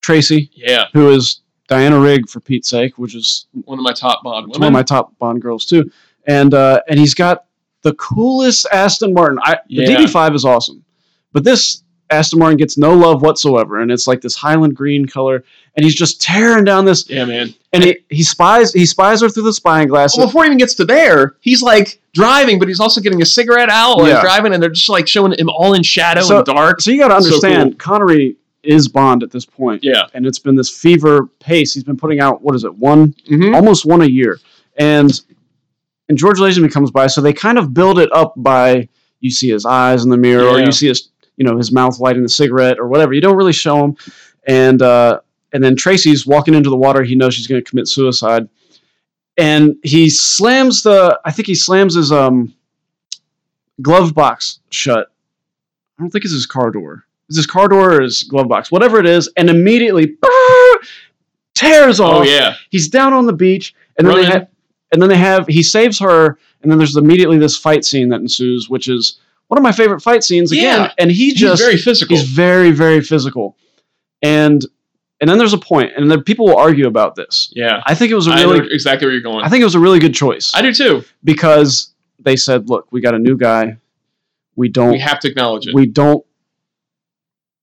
Speaker 1: tracy
Speaker 2: Yeah,
Speaker 1: who is diana rigg for pete's sake which is
Speaker 2: one of my top Bond
Speaker 1: one of
Speaker 2: women.
Speaker 1: my top bond girls too and uh, and he's got the coolest aston martin I,
Speaker 2: Yeah.
Speaker 1: the dd5 is awesome but this aston martin gets no love whatsoever and it's like this highland green color and he's just tearing down this
Speaker 2: yeah, man.
Speaker 1: and he, he spies he spies her through the spying glass
Speaker 2: Well, before he even gets to there, he's like driving, but he's also getting a cigarette out while
Speaker 1: Yeah.
Speaker 2: he's driving, and they're just like showing him all in shadow
Speaker 1: So-
Speaker 2: and dark.
Speaker 1: so you got to
Speaker 2: So cool.
Speaker 1: understand connery is bond at this point
Speaker 2: Yeah.
Speaker 1: and it's been this fever pace he's been putting out what is it one
Speaker 2: Mm-hmm.
Speaker 1: almost one a year and and george lazenby comes by so they kind of build it up by you see his eyes in the mirror or
Speaker 2: Yeah.
Speaker 1: you see his you know his mouth lighting the cigarette or whatever. You don't really show him, and uh, and then Tracy's walking into the water. He knows she's going to commit suicide, and he slams the. I think he slams his um glove box shut. I don't think it's his car door. Is his car door or his glove box? Whatever it is, and immediately tears off.
Speaker 2: Oh yeah,
Speaker 1: He's down on the beach, and then they
Speaker 2: Running.
Speaker 1: have, and then they have. He saves her, and then there's immediately this fight scene that ensues, which is one of my favorite fight scenes again.
Speaker 2: Yeah.
Speaker 1: And he
Speaker 2: he's
Speaker 1: just
Speaker 2: very physical.
Speaker 1: He's very, very physical. And and then there's a point, and then people will argue about this.
Speaker 2: yeah,
Speaker 1: I think it was a
Speaker 2: I know
Speaker 1: really
Speaker 2: exactly where you're going.
Speaker 1: I think it was a really good choice.
Speaker 2: I do too.
Speaker 1: because they said, look, we got a new guy.
Speaker 2: We
Speaker 1: We don't
Speaker 2: have to acknowledge it.
Speaker 1: we don't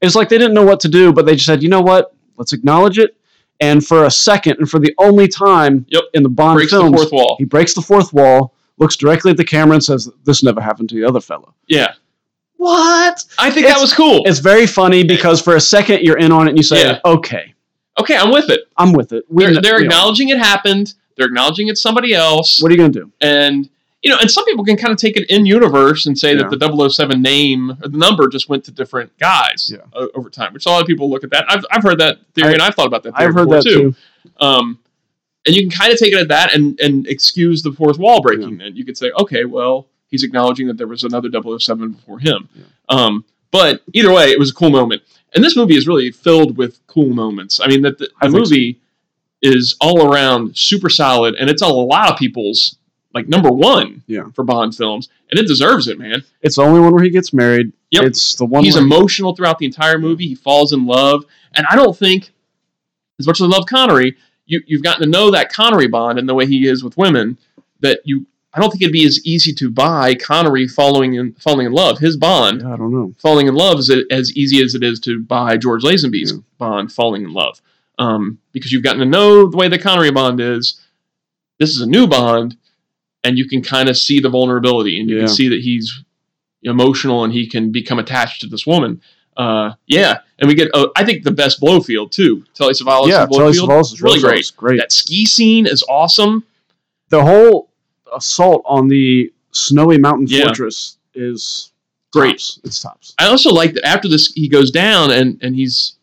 Speaker 1: it's like they didn't know what to do, but they just said, you know what? Let's acknowledge it. And for a second, and for the only time
Speaker 2: Yep.
Speaker 1: in the Bond
Speaker 2: Breaks
Speaker 1: films,
Speaker 2: the fourth wall.
Speaker 1: he breaks the fourth wall, looks directly at the camera, and says, "This never happened to the other fellow."
Speaker 2: Yeah,
Speaker 1: What?
Speaker 2: I think
Speaker 1: It's-
Speaker 2: that was cool.
Speaker 1: It's very funny because for a second you're in on it and you say,
Speaker 2: Yeah.
Speaker 1: okay,
Speaker 2: Okay, I'm with it.
Speaker 1: I'm with it. We
Speaker 2: They're,
Speaker 1: kn-
Speaker 2: they're
Speaker 1: you know,
Speaker 2: acknowledging it happened. They're acknowledging it's somebody else.
Speaker 1: What are you going to do?
Speaker 2: and you know, and some people can kind of take it in universe and say
Speaker 1: Yeah.
Speaker 2: that the 007 name or the number just went to different guys
Speaker 1: Yeah.
Speaker 2: o- over time, which a lot of people look at that. I've, I've heard that theory
Speaker 1: I-
Speaker 2: and I've thought about that theory
Speaker 1: I've heard
Speaker 2: before
Speaker 1: that too.
Speaker 2: Um, and you can kind of take it at that and, and excuse the fourth wall breaking. Then you could say, okay, well, he's acknowledging that there was another 007 before him.
Speaker 1: Yeah.
Speaker 2: Um, but either way, it was a cool moment. And this movie is really filled with cool moments. I mean, that the,
Speaker 1: I
Speaker 2: the
Speaker 1: think so.
Speaker 2: movie is all around super solid, and it's a lot of people's like number one
Speaker 1: Yeah.
Speaker 2: for Bond films, and it deserves it, man.
Speaker 1: It's the only one where he gets married.
Speaker 2: Yep.
Speaker 1: It's the one.
Speaker 2: He's
Speaker 1: where
Speaker 2: emotional throughout the entire movie. He falls in love, and I don't think, as much as I love Connery, you, you've gotten to know that Connery Bond and the way he is with women. That you, I don't think it'd be as easy to buy Connery falling in falling in love. His Bond
Speaker 1: Yeah, I don't know.
Speaker 2: falling in love is a- as easy as it is to buy George Lazenby's
Speaker 1: Yeah.
Speaker 2: Bond falling in love, um, because you've gotten to know the way the Connery Bond is. This is a new Bond, and you can kind of see the vulnerability, and you
Speaker 1: Yeah.
Speaker 2: can see that he's emotional and he can become attached to this woman. Uh, yeah, and we get uh, I think the best Blowfield too, Telly Savalas.
Speaker 1: yeah,
Speaker 2: and
Speaker 1: Telly
Speaker 2: Blowfield.
Speaker 1: Savalas is
Speaker 2: really
Speaker 1: Rosas.
Speaker 2: great.
Speaker 1: Great.
Speaker 2: That ski scene is awesome.
Speaker 1: The whole assault on the snowy mountain
Speaker 2: Yeah.
Speaker 1: fortress is
Speaker 2: Great.
Speaker 1: Tops. It's tops.
Speaker 2: I also like that after this, he goes down and and he's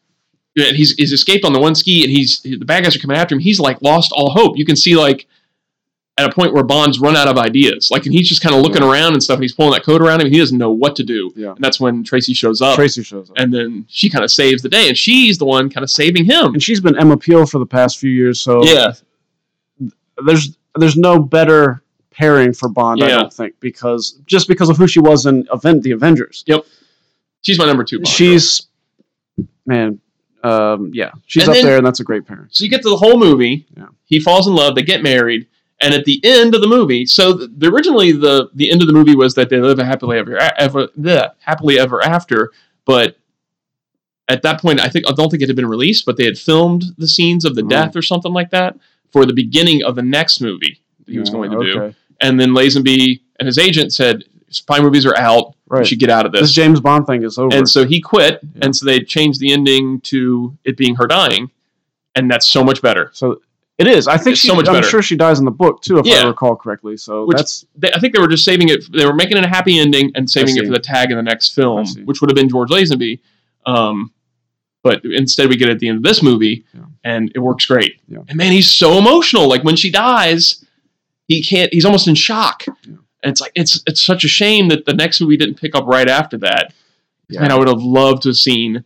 Speaker 2: and he's he's escaped on the one ski, and he's the bad guys are coming after him. He's like lost all hope. You can see like at a point where Bond's run out of ideas, like, and he's just kind of looking around and stuff, and he's pulling that coat around him. And he doesn't know what to do,
Speaker 1: Yeah.
Speaker 2: and that's when Tracy shows up,
Speaker 1: Tracy shows up, and,
Speaker 2: Uh, and then she kind of saves the day, and she's the one kind of saving him.
Speaker 1: she's been Emma Peel for the past few years. So
Speaker 2: yeah,
Speaker 1: there's there's no better pairing for Bond. I
Speaker 2: Yeah.
Speaker 1: don't think because just because of who she was in event the Avengers.
Speaker 2: she's my number two. Bond girl.
Speaker 1: she's man, um, yeah, she's
Speaker 2: And
Speaker 1: up
Speaker 2: then-
Speaker 1: there, and that's a great pairing.
Speaker 2: so you get to the whole movie.
Speaker 1: Yeah.
Speaker 2: He falls in love. They get married. And at the end of the movie, so the, the- originally the the end of the movie was that they live a happily ever ever bleh, happily ever after. But at that point, I think I don't think it had been released, but they had filmed the scenes of the
Speaker 1: Oh.
Speaker 2: death or something like that for the beginning of the next movie that he was
Speaker 1: Yeah,
Speaker 2: going to do.
Speaker 1: okay.
Speaker 2: And then Lazenby and his agent said, "Spy movies are out. You
Speaker 1: Right.
Speaker 2: should get out of
Speaker 1: This James Bond thing is over.
Speaker 2: and so he quit,
Speaker 1: Yeah.
Speaker 2: and so they changed the ending to it being her dying, and that's so much better.
Speaker 1: So it is. I think
Speaker 2: It's
Speaker 1: she,
Speaker 2: so much
Speaker 1: I'm
Speaker 2: better.
Speaker 1: sure she dies in the book too, if I
Speaker 2: Yeah.
Speaker 1: recall correctly. So
Speaker 2: Which-
Speaker 1: that's
Speaker 2: They, I think they were just saving it. They were making it a happy ending and saving it
Speaker 1: see.
Speaker 2: for the tag in the next
Speaker 1: I
Speaker 2: film,
Speaker 1: see.
Speaker 2: which would have been George Lazenby. Um, but instead, we get it at the end of this movie,
Speaker 1: Yeah.
Speaker 2: and it works great.
Speaker 1: Yeah.
Speaker 2: And man, he's so emotional. Like when she dies, he can't. He's almost in shock.
Speaker 1: Yeah.
Speaker 2: And it's like it's it's such a shame that the next movie didn't pick up right after that.
Speaker 1: yeah.
Speaker 2: And I would have loved to have seen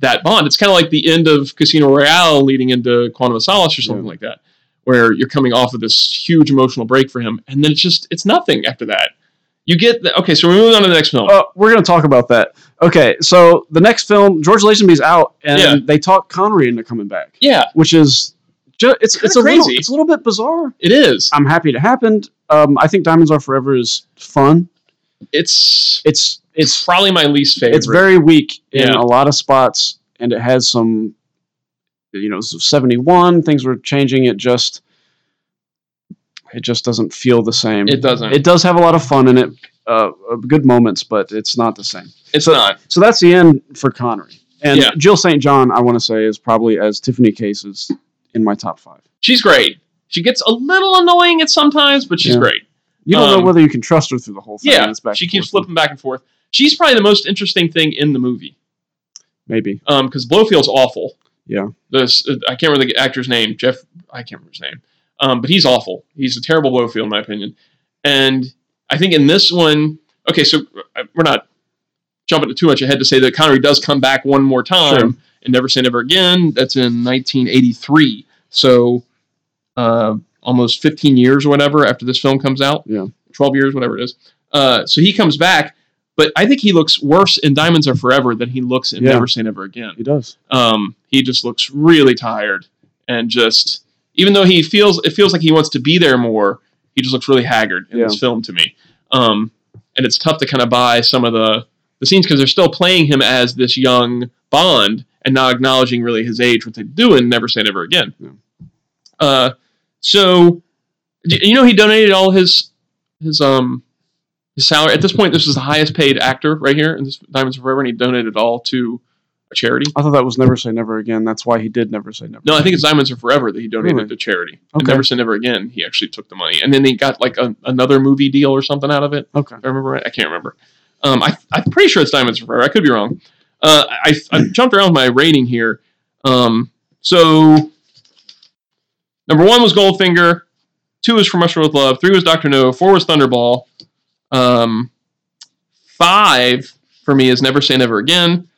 Speaker 2: that Bond. It's kind of like the end of Casino Royale leading into Quantum of Solace or something
Speaker 1: Yeah.
Speaker 2: like that, where you're coming off of this huge emotional break for him, and then it's just it's nothing after that. You get the, okay, so we're moving on to the next film.
Speaker 1: Uh, we're going to talk about that. Okay, so the next film, George Lazenby's out, and
Speaker 2: Yeah.
Speaker 1: they talk Connery into coming back,
Speaker 2: yeah,
Speaker 1: which is ju- it's
Speaker 2: Kinda
Speaker 1: it's a little
Speaker 2: crazy.
Speaker 1: it's a little bit bizarre.
Speaker 2: it is.
Speaker 1: I'm happy it happened. Um, I think Diamonds Are Forever is fun.
Speaker 2: It's
Speaker 1: It's it's
Speaker 2: it's probably my least favorite.
Speaker 1: it's very weak in
Speaker 2: Yeah.
Speaker 1: a lot of spots, and it has some, you know, seventy one things were changing. It just, it just doesn't feel the same.
Speaker 2: it doesn't.
Speaker 1: It does have a lot of fun in it, uh, uh, good moments, but it's not the same.
Speaker 2: it's not.
Speaker 1: So that's the end for Connery and
Speaker 2: Yeah.
Speaker 1: Jill St. John. I want to say is probably as Tiffany Case is in my top five.
Speaker 2: She's great. She gets a little annoying at sometimes, but she's
Speaker 1: Yeah.
Speaker 2: great.
Speaker 1: You don't know
Speaker 2: Um,
Speaker 1: whether you can trust her through the whole thing.
Speaker 2: Yeah,
Speaker 1: It's back
Speaker 2: she
Speaker 1: and
Speaker 2: keeps
Speaker 1: forth.
Speaker 2: flipping back and forth. She's probably the most interesting thing in the movie
Speaker 1: maybe.
Speaker 2: because Blowfield's Um, awful.
Speaker 1: Yeah.
Speaker 2: This uh, I can't remember the actor's name. Jeff, I can't remember his name, um, but he's awful. He's a terrible Blowfield in my opinion. And I think in this one, okay, so uh, we're not jumping too much ahead to say that Connery does come back one more time
Speaker 1: Sure.
Speaker 2: and Never Say Never Again. That's in 1983. So uh, almost 15 years or whatever after this film comes out.
Speaker 1: Yeah.
Speaker 2: 12 years, whatever it is. Uh, so he comes back, but I think he looks worse in Diamonds Are Forever than he looks in
Speaker 1: Yeah.
Speaker 2: Never Say Never Again.
Speaker 1: He does.
Speaker 2: Um, he just looks really tired and just, even though he feels, it feels like he wants to be there more, he just looks really haggard in
Speaker 1: Yeah.
Speaker 2: this film to me. Um, and it's tough to kind of buy some of the, the scenes because they're still playing him as this young Bond and not acknowledging really his age, which they do in Never Say Never Again.
Speaker 1: Yeah.
Speaker 2: Uh, so, d- you know, he donated all his his um his salary. At this point, this was the highest paid actor right here in this Diamonds Are Forever, and he donated it all to a charity.
Speaker 1: I thought that was Never Say Never Again. That's why he did Never Say Never.
Speaker 2: No, I think it's Diamonds Are Forever that he donated
Speaker 1: Really?
Speaker 2: to charity. And
Speaker 1: Okay.
Speaker 2: Never Say Never Again, he actually took the money, and then he got like a, another movie deal or something out of it.
Speaker 1: Okay.
Speaker 2: If I remember right. I can't remember. Um, I, I'm pretty sure it's Diamonds Are Forever. I could be wrong. Uh, I, I jumped around with my rating here. Um, so, number one was Goldfinger. Two was From Russia with Love. Three was Doctor No. Four was Thunderball. Um, five for me is Never Say Never Again.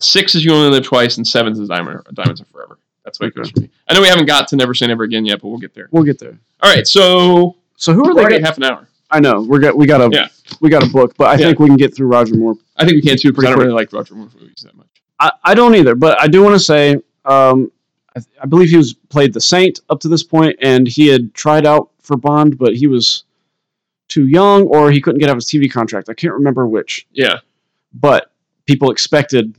Speaker 2: Six is You Only Live Twice, and seven is Diamond, Diamonds Are Forever. That's what it goes for me. I know we haven't got to Never Say Never Again yet, but we'll get there.
Speaker 1: We'll get there.
Speaker 2: All right, so
Speaker 1: So who are
Speaker 2: we're
Speaker 1: they?
Speaker 2: already
Speaker 1: Gonna,
Speaker 2: at half an hour.
Speaker 1: I know we got we got a
Speaker 2: Yeah.
Speaker 1: we got a book, but I
Speaker 2: Yeah.
Speaker 1: think we can get through Roger Moore.
Speaker 2: I think we can too. Because I don't
Speaker 1: Sorry.
Speaker 2: really like Roger Moore movies that much.
Speaker 1: I, I don't either, but I do want to say um, I, I believe he was played the Saint up to this point, and he had tried out for Bond, but he was too young, or he couldn't get out of his TV contract. I can't remember which,
Speaker 2: Yeah,
Speaker 1: but people expected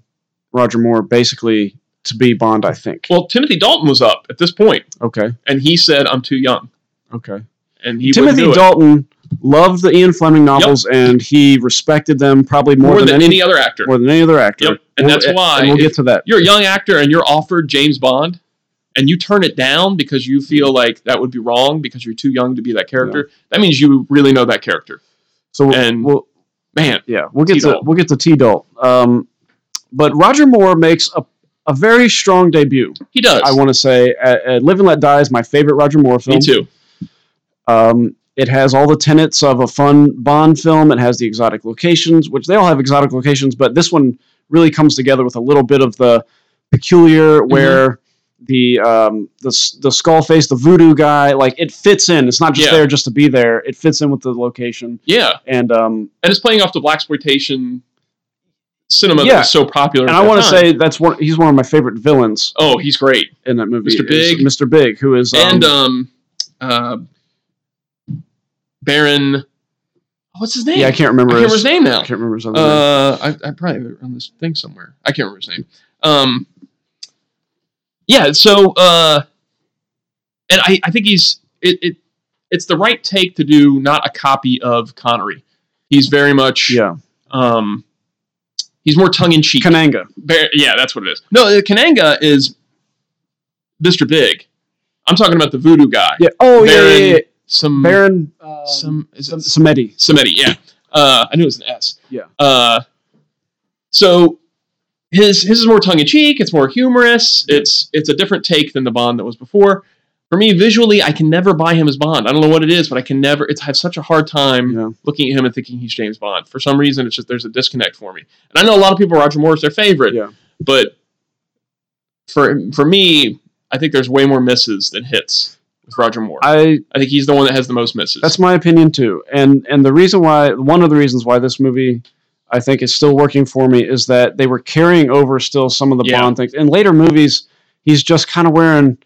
Speaker 1: Roger Moore basically to be Bond. I think.
Speaker 2: Well, Timothy Dalton was up at this point,
Speaker 1: Okay.
Speaker 2: and he said, "I'm too young,"
Speaker 1: Okay.
Speaker 2: and he wouldn't
Speaker 1: Timothy
Speaker 2: do it.
Speaker 1: Dalton loved the Ian Fleming novels, and he respected them probably more, than, any,
Speaker 2: other actor.
Speaker 1: more than any other actor.
Speaker 2: Yep, and that's why
Speaker 1: and we'll
Speaker 2: if-
Speaker 1: get to that.
Speaker 2: You're a young actor, and you're offered James Bond, and you turn it down because you feel like that would be wrong because you're too young to be that character. That means you really know that character.
Speaker 1: So we'll,
Speaker 2: and-
Speaker 1: we'll
Speaker 2: Man,
Speaker 1: yeah, we'll get to
Speaker 2: T-Dalt.
Speaker 1: we'll get to T Dalt. Um, but Roger Moore makes a a very strong debut.
Speaker 2: he does.
Speaker 1: I want to say uh, uh, "Live and Let Die" is my favorite Roger Moore film.
Speaker 2: Me too.
Speaker 1: Um, it has all the tenets of a fun Bond film. It has the exotic locations, which they all have exotic locations, but this one really comes together with a little bit of the peculiar,
Speaker 2: Mm-hmm.
Speaker 1: where the um, the s- the skull face, the voodoo guy, like it fits in. It's not just
Speaker 2: Yeah.
Speaker 1: there just to be there. It fits in with the location,
Speaker 2: Yeah,
Speaker 1: and um,
Speaker 2: and it's playing off the black exploitation cinema that
Speaker 1: Yeah.
Speaker 2: was so popular.
Speaker 1: and
Speaker 2: at
Speaker 1: I
Speaker 2: that
Speaker 1: want to
Speaker 2: time.
Speaker 1: say that's one. He's one of my favorite villains
Speaker 2: oh, he's great.
Speaker 1: in that movie.
Speaker 2: Mr.
Speaker 1: is
Speaker 2: Big.
Speaker 1: Mr. Big, who is um,
Speaker 2: and um, uh, Baron, oh, what's his name?
Speaker 1: yeah, I can't
Speaker 2: I
Speaker 1: remember.
Speaker 2: can't remember
Speaker 1: his,
Speaker 2: his name now.
Speaker 1: I can't remember his other name.
Speaker 2: Uh, I, I probably have it on this thing somewhere. I can't remember his name. Um, yeah. So, uh, and I, I think he's it, it. It's the right take to do not a copy of Connery. He's very much.
Speaker 1: Yeah,
Speaker 2: Um, he's more tongue in cheek.
Speaker 1: Kananga.
Speaker 2: Bar- yeah, that's what it is. No, uh, Kananga is Mr. Big. I'm talking about the voodoo guy.
Speaker 1: Yeah. Oh yeah, yeah,
Speaker 2: Baron-
Speaker 1: yeah, yeah.
Speaker 2: Some
Speaker 1: Baron. Um,
Speaker 2: some is it
Speaker 1: Samedi.
Speaker 2: Samedi, yeah. Uh, I knew it was an S.
Speaker 1: Yeah.
Speaker 2: Uh, so his his is more tongue in cheek. It's more humorous. It's it's a different take than the Bond that was before. For me, visually, I can never buy him as Bond. I don't know what it is, but I can never. It's I have such a hard time
Speaker 1: Yeah.
Speaker 2: looking at him and thinking he's James Bond. For some reason, it's just there's a disconnect for me. And I know a lot of people Roger Moore is their favorite,
Speaker 1: Yeah.
Speaker 2: but for for me, I think there's way more misses than hits with Roger Moore. I,
Speaker 1: I
Speaker 2: think he's the one that has the most misses.
Speaker 1: that's my opinion too. And and the reason why one of the reasons why this movie I think is still working for me is that they were carrying over still some of the
Speaker 2: Yeah.
Speaker 1: Bond things. In later movies, he's just kind of wearing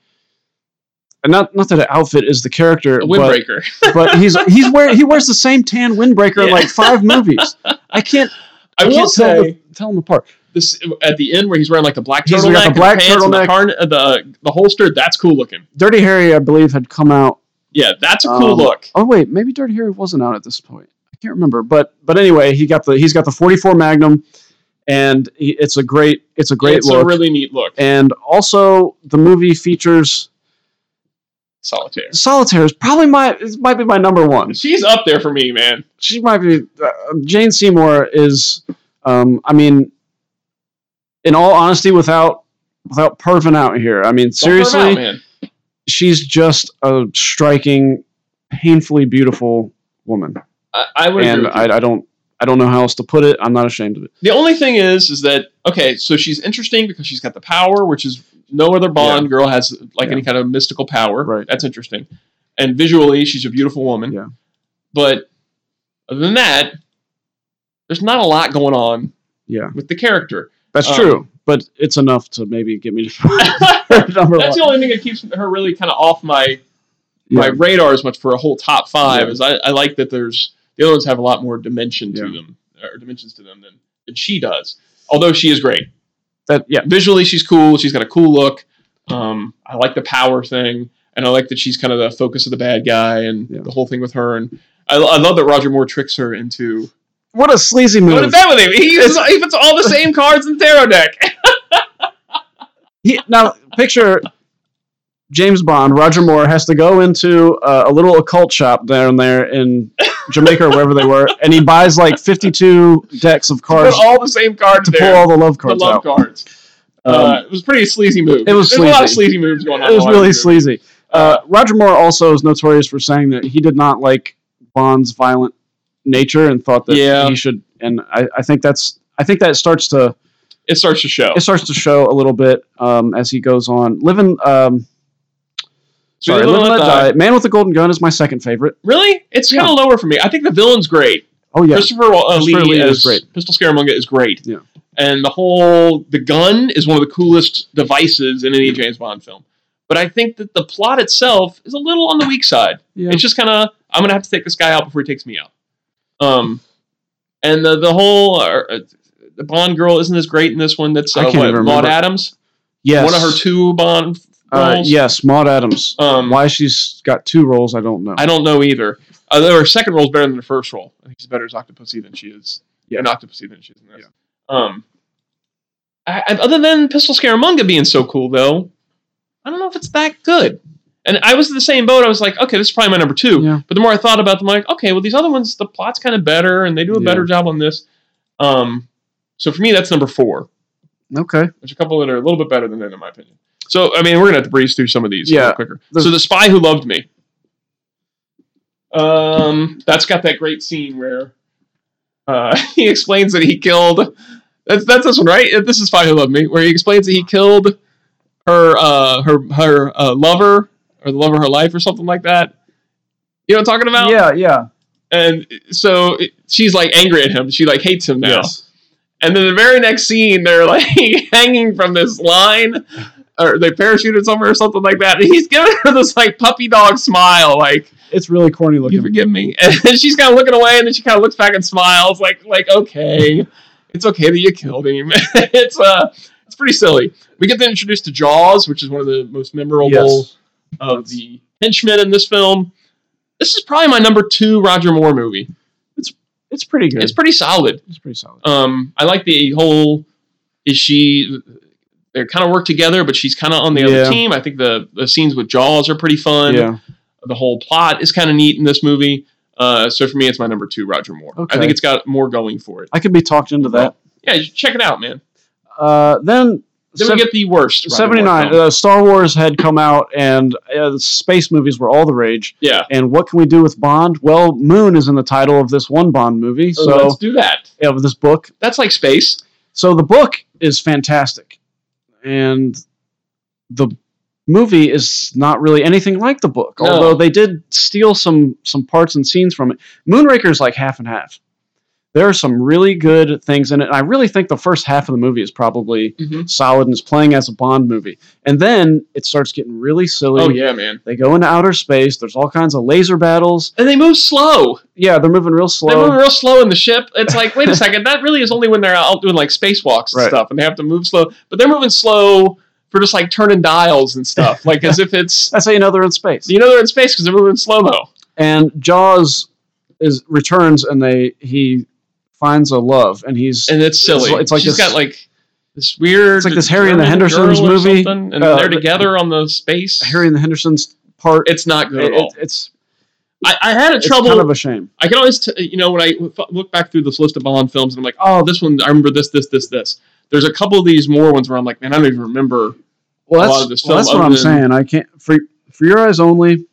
Speaker 1: and not not that an outfit is the character,
Speaker 2: a
Speaker 1: but,
Speaker 2: windbreaker.
Speaker 1: but he's he's wearing he wears the same tan windbreaker in
Speaker 2: Yeah.
Speaker 1: like five movies. I can't I,
Speaker 2: I will
Speaker 1: can't tell,
Speaker 2: say
Speaker 1: the, tell them apart.
Speaker 2: this at the end where he's wearing like the black
Speaker 1: He's
Speaker 2: turtleneck,
Speaker 1: got the
Speaker 2: and
Speaker 1: black
Speaker 2: pants and the
Speaker 1: turtleneck.
Speaker 2: harn- uh, the the holster. That's cool looking.
Speaker 1: Dirty Harry, I believe, had come out
Speaker 2: Yeah, that's a cool
Speaker 1: Um,
Speaker 2: look.
Speaker 1: Oh wait, maybe Dirty Harry wasn't out at this point. I can't remember, but but anyway, he got the he's got the 44 Magnum, and he, it's a great it's a great
Speaker 2: it's
Speaker 1: look.
Speaker 2: a really neat look.
Speaker 1: and also, the movie features
Speaker 2: Solitaire.
Speaker 1: Solitaire is probably my it might be my number one.
Speaker 2: She's up there for me, man.
Speaker 1: She might be uh, Jane Seymour is. Um, I mean, in all honesty, without without perving out here, I
Speaker 2: Don't
Speaker 1: mean
Speaker 2: burn
Speaker 1: seriously,
Speaker 2: out, man.
Speaker 1: she's just a striking, painfully beautiful woman,
Speaker 2: I, I would. agree
Speaker 1: and
Speaker 2: with you.
Speaker 1: I, I don't I don't know how else to put it. I'm not ashamed of it.
Speaker 2: the only thing is, is that okay? So she's interesting because she's got the power, which is no other Bond girl has like
Speaker 1: Yeah.
Speaker 2: any kind of mystical power.
Speaker 1: Right.
Speaker 2: That's interesting, and visually, she's a beautiful woman.
Speaker 1: Yeah.
Speaker 2: But other than that, there's not a lot going on
Speaker 1: Yeah,
Speaker 2: with the character.
Speaker 1: that's
Speaker 2: Um,
Speaker 1: true, but it's enough to maybe get me to number
Speaker 2: That's the
Speaker 1: one.
Speaker 2: only thing that keeps her really kind of off my my
Speaker 1: Yeah.
Speaker 2: radar as much for a whole top five.
Speaker 1: Yeah.
Speaker 2: Is I, I like that there's the other ones have a lot more dimension to
Speaker 1: Yeah.
Speaker 2: them or dimensions to them than, than she does. Although she is great
Speaker 1: That yeah,
Speaker 2: visually, she's cool. She's got a cool look. Um, I like the power thing, and I like that she's kind of the focus of the bad guy and
Speaker 1: Yeah.
Speaker 2: the whole thing with her. And I, I love that Roger Moore tricks her into
Speaker 1: what a sleazy
Speaker 2: going to
Speaker 1: move.
Speaker 2: bed with him. He, uses, he puts all the same cards in tarot deck.
Speaker 1: He, now picture James Bond, Roger Moore has to go into uh, a little occult shop down there in Jamaica or wherever they were, and he buys like 52 decks of
Speaker 2: Put
Speaker 1: cards
Speaker 2: all the same cards
Speaker 1: to pull
Speaker 2: there.
Speaker 1: all the love
Speaker 2: the
Speaker 1: cards
Speaker 2: love
Speaker 1: out. Um,
Speaker 2: cards. uh, it was a pretty sleazy move.
Speaker 1: It was
Speaker 2: There's a lot of
Speaker 1: sleazy.
Speaker 2: sleazy moves going on.
Speaker 1: it
Speaker 2: in
Speaker 1: was
Speaker 2: a lot of
Speaker 1: really
Speaker 2: these movies.
Speaker 1: sleazy. Uh, Roger Moore also is notorious for saying that he did not like Bond's violent nature and thought that
Speaker 2: Yeah.
Speaker 1: he should. And I, I think that's I think that starts to
Speaker 2: It starts to show.
Speaker 1: it starts to show a little bit um, as he goes on. Living um,
Speaker 2: So
Speaker 1: sorry,
Speaker 2: we
Speaker 1: Live
Speaker 2: don't let
Speaker 1: and Let
Speaker 2: die.
Speaker 1: Die. Man with the Golden Gun is my second favorite.
Speaker 2: Really? It's
Speaker 1: Yeah.
Speaker 2: kind of lower for me. I think the villain's great.
Speaker 1: Oh yeah,
Speaker 2: Christopher, uh,
Speaker 1: Christopher
Speaker 2: Lee
Speaker 1: Lee
Speaker 2: as
Speaker 1: is great.
Speaker 2: Pistol Scaramanga is great.
Speaker 1: Yeah.
Speaker 2: And the whole the gun is one of the coolest devices in any James Bond film. But I think that the plot itself is a little on the weak side.
Speaker 1: yeah.
Speaker 2: It's just kind of I'm gonna have to take this guy out before he takes me out. Um, and the the whole uh, uh, the Bond girl isn't as great in this one. That's
Speaker 1: I
Speaker 2: uh,
Speaker 1: can't
Speaker 2: what,
Speaker 1: even
Speaker 2: Maud
Speaker 1: remember.
Speaker 2: Adams,
Speaker 1: Yes.
Speaker 2: one of her two Bond girls.
Speaker 1: Uh, yes, Maud Adams.
Speaker 2: Um,
Speaker 1: Why she's got two roles, I don't know.
Speaker 2: I don't know either. Although her second role is better than the first role. I think she's better as Octopussy than she is. Yeah,
Speaker 1: Yeah.
Speaker 2: an Octopussy than she is in this. Um, I, I, other than Pistol Scaramanga being so cool, though, I don't know if it's that good. And I was in the same boat. I was like, okay, this is probably my number two.
Speaker 1: Yeah.
Speaker 2: But the more I thought about them, I'm like, okay, well, these other ones, the plot's kind of better, and they do a
Speaker 1: Yeah.
Speaker 2: better job on this. Um, so for me, that's number four.
Speaker 1: okay.
Speaker 2: There's a couple that are a little bit better than that, in my opinion. So, I mean, we're gonna have to breeze through some of these a
Speaker 1: Yeah.
Speaker 2: little quicker.
Speaker 1: The-
Speaker 2: so, the spy who loved me. Um, that's got that great scene where uh, he explains that he killed. That's that's this one, right? This is spy who loved me, where he explains that he killed her uh, her her uh, lover or the lover of her life or something like that. You know what I'm talking about?
Speaker 1: Yeah, yeah.
Speaker 2: And so it- she's like angry at him. She like hates him now.
Speaker 1: Yes.
Speaker 2: And then the very next scene, they're like hanging from this line, or they parachuted somewhere or something like that. And he's giving her this like puppy dog smile, like
Speaker 1: It's really corny
Speaker 2: "You
Speaker 1: looking.
Speaker 2: forgive me." And then she's kind of looking away, and then she kind of looks back and smiles, like like okay, it's okay that you killed him. it's uh, it's pretty silly. We get then introduced to Jaws, which is one of the most memorable
Speaker 1: Yes.
Speaker 2: of the henchmen in this film. This is probably my number two Roger Moore movie.
Speaker 1: It's pretty good.
Speaker 2: It's
Speaker 1: It's,
Speaker 2: pretty solid.
Speaker 1: pretty solid.
Speaker 2: Um, I like the whole is she they kind of work together, but she's kind of on the other
Speaker 1: Yeah.
Speaker 2: team. I think the the scenes with Jaws are pretty fun.
Speaker 1: yeah.
Speaker 2: The whole plot is kind of neat in this movie. Uh, so for me, it's my number two, Roger Moore. I
Speaker 1: Okay.
Speaker 2: think it's got more going for it.
Speaker 1: I could be talked into that.
Speaker 2: Yeah, you should check it out, man.
Speaker 1: Uh, then
Speaker 2: Then
Speaker 1: sev-
Speaker 2: we get the worst. Roger Moore
Speaker 1: 79,
Speaker 2: film.
Speaker 1: uh, Star Wars had come out and uh, the space movies were all the rage.
Speaker 2: yeah.
Speaker 1: And what can we do with Bond? Well, Moon is in the title of this one Bond movie,
Speaker 2: So
Speaker 1: so
Speaker 2: let's do that.
Speaker 1: of this book.
Speaker 2: Oh, That's like space.
Speaker 1: So the book is fantastic, and the movie is not really anything like the book.
Speaker 2: No.
Speaker 1: Although they did steal some some parts and scenes from it. Moonraker is like half and half. There are some really good things in it, and I really think the first half of the movie is probably
Speaker 2: Mhm.
Speaker 1: solid and is playing as a Bond movie. And then it starts getting really silly.
Speaker 2: Oh yeah, man.
Speaker 1: They go into outer space. There's all kinds of laser battles.
Speaker 2: And they move slow.
Speaker 1: Yeah, they're moving real
Speaker 2: They
Speaker 1: slow.
Speaker 2: move real slow in the ship. It's like, wait a second, that really is only when they're out doing like spacewalks and
Speaker 1: Right.
Speaker 2: stuff, and they have to move slow. But they're moving slow for just like turning dials and stuff, like as if it's
Speaker 1: That's how you know they're in space.
Speaker 2: you know they're in space because they're moving slow mo.
Speaker 1: and Jaws is returns and they he finds a love and he's
Speaker 2: and it's silly.
Speaker 1: It's-
Speaker 2: It's,
Speaker 1: it's
Speaker 2: like
Speaker 1: like
Speaker 2: she's
Speaker 1: this-
Speaker 2: got like this weird.
Speaker 1: It's like this Harry and the
Speaker 2: German
Speaker 1: Hendersons
Speaker 2: girl or
Speaker 1: movie.
Speaker 2: something, and
Speaker 1: Uh,
Speaker 2: they're together on the space.
Speaker 1: Harry and the Hendersons part.
Speaker 2: It's not good at
Speaker 1: It-
Speaker 2: all.
Speaker 1: it- it's
Speaker 2: I, I had a
Speaker 1: it's
Speaker 2: trouble.
Speaker 1: kind of a shame.
Speaker 2: I can always, t- you know, when I f- look back through this list of Bond films, and I'm like, oh, this one, I remember this, this, this, this. There's a couple of these more ones where I'm like, man, I don't even remember. A
Speaker 1: Well,
Speaker 2: lot
Speaker 1: that's,
Speaker 2: of this
Speaker 1: well,
Speaker 2: film
Speaker 1: that's what
Speaker 2: other
Speaker 1: I'm
Speaker 2: than-
Speaker 1: saying. I can't for for your eyes only.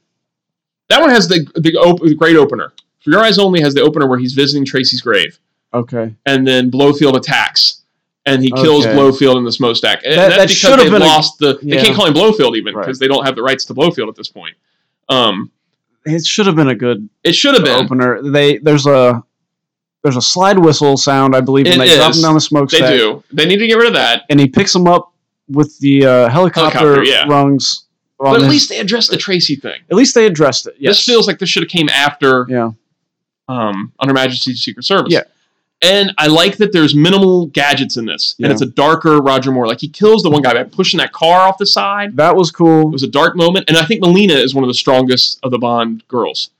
Speaker 2: That one has the the, op- the great opener. For Your Eyes Only has the opener where he's visiting Tracy's grave,
Speaker 1: Okay,
Speaker 2: and then Blowfield attacks, and he kills
Speaker 1: Okay.
Speaker 2: Blowfield in the smokestack. And
Speaker 1: That-
Speaker 2: that's
Speaker 1: that should
Speaker 2: because
Speaker 1: have
Speaker 2: they
Speaker 1: been a-
Speaker 2: lost the. They
Speaker 1: yeah.
Speaker 2: can't call him Blowfield even because
Speaker 1: Right.
Speaker 2: they don't have the rights to Blowfield at this point. Um,
Speaker 1: it should have been a good
Speaker 2: it should have been.
Speaker 1: opener. They there's a there's a slide whistle sound, I believe,
Speaker 2: It
Speaker 1: when they drop
Speaker 2: is.
Speaker 1: him down the
Speaker 2: They
Speaker 1: smokestack.
Speaker 2: do. They need to get rid of that.
Speaker 1: and he picks him up with the uh, helicopter,
Speaker 2: Helicopter, yeah.
Speaker 1: rungs. on
Speaker 2: But at
Speaker 1: his-
Speaker 2: least they addressed the Tracy thing.
Speaker 1: at least they addressed it. Yes,
Speaker 2: This feels like this should have came after
Speaker 1: yeah,
Speaker 2: um, on Her Majesty's Secret Service.
Speaker 1: Yeah.
Speaker 2: And I like that there's minimal gadgets in this,
Speaker 1: Yeah.
Speaker 2: and it's a darker Roger Moore. Like he kills the one guy by pushing that car off the side.
Speaker 1: that was cool.
Speaker 2: It was a dark moment, and I think Melina is one of the strongest of the Bond girls.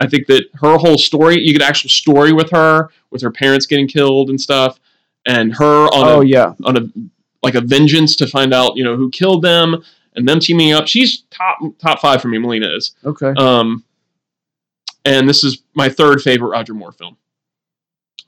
Speaker 2: I think that her whole story, you get actual story with her, with her parents getting killed and stuff, and her on
Speaker 1: oh
Speaker 2: a
Speaker 1: yeah,
Speaker 2: on a like a vengeance to find out you know who killed them, and them teaming up. She's top top five for me. Melina is.
Speaker 1: okay,
Speaker 2: Um, and this is my third favorite Roger Moore film.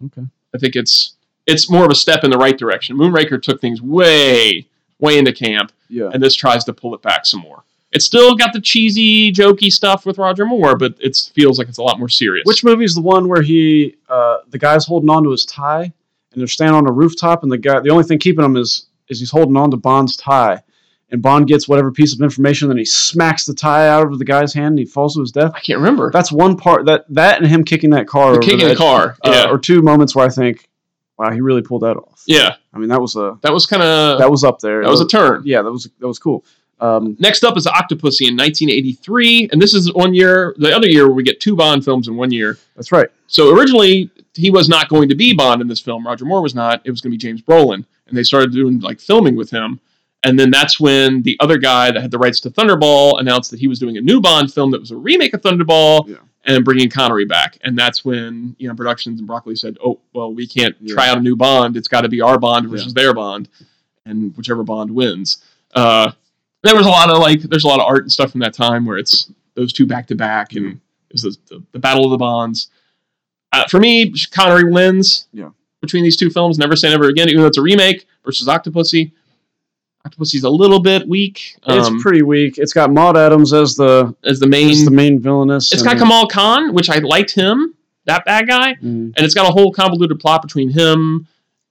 Speaker 1: Okay.
Speaker 2: I think it's it's more of a step in the right direction. Moonraker took things way way into camp,
Speaker 1: yeah.
Speaker 2: and this tries to pull it back some more. It's still got the cheesy, jokey stuff with Roger Moore, but it feels like it's a lot more serious.
Speaker 1: Which movie is the one where he uh, the guy's holding on to his tie and they're standing on a rooftop and the guy the only thing keeping him is is he's holding on to Bond's tie. And Bond gets whatever piece of information, then he smacks the tie out of the guy's hand and he falls to his death.
Speaker 2: I can't remember.
Speaker 1: That's one part that that and him kicking that car
Speaker 2: The
Speaker 1: over
Speaker 2: kick in
Speaker 1: the
Speaker 2: the
Speaker 1: edge,
Speaker 2: car.
Speaker 1: uh,
Speaker 2: yeah,
Speaker 1: are two moments where I think, wow, he really pulled that off.
Speaker 2: yeah.
Speaker 1: I mean that was a
Speaker 2: That was kind of
Speaker 1: that was up there.
Speaker 2: that was a turn.
Speaker 1: yeah, that was that was cool. Um,
Speaker 2: Next up is Octopussy in 1983, and this is one year. The other year where we get two Bond films in one year.
Speaker 1: that's right.
Speaker 2: So originally, he was not going to be Bond in this film. Roger Moore was not. It was going to be James Brolin, and they started doing like filming with him. And then that's when the other guy that had the rights to Thunderball announced that he was doing a new Bond film that was a remake of Thunderball
Speaker 1: Yeah.
Speaker 2: and bringing Connery back. And that's when you know Productions and Broccoli said, "Oh, well, we can't
Speaker 1: Yeah.
Speaker 2: try out a new Bond. It's got to be our Bond versus their Bond, and whichever Bond wins." Uh, there was a lot of like, there's a lot of art and stuff from that time where it's those two back to back, and it was the, the, the Battle of the Bonds uh, for me, Connery wins.
Speaker 1: Yeah.
Speaker 2: Between these two films, Never Say Never Again, even though it's a remake versus Octopussy. Octopussy's a little bit weak. um,
Speaker 1: it's pretty weak. It's got Maud Adams as the
Speaker 2: as the main.
Speaker 1: as the main villainess.
Speaker 2: it's
Speaker 1: and-
Speaker 2: got Kamal Khan, which I liked him, that bad guy,
Speaker 1: Mm,
Speaker 2: and it's got a whole convoluted plot between him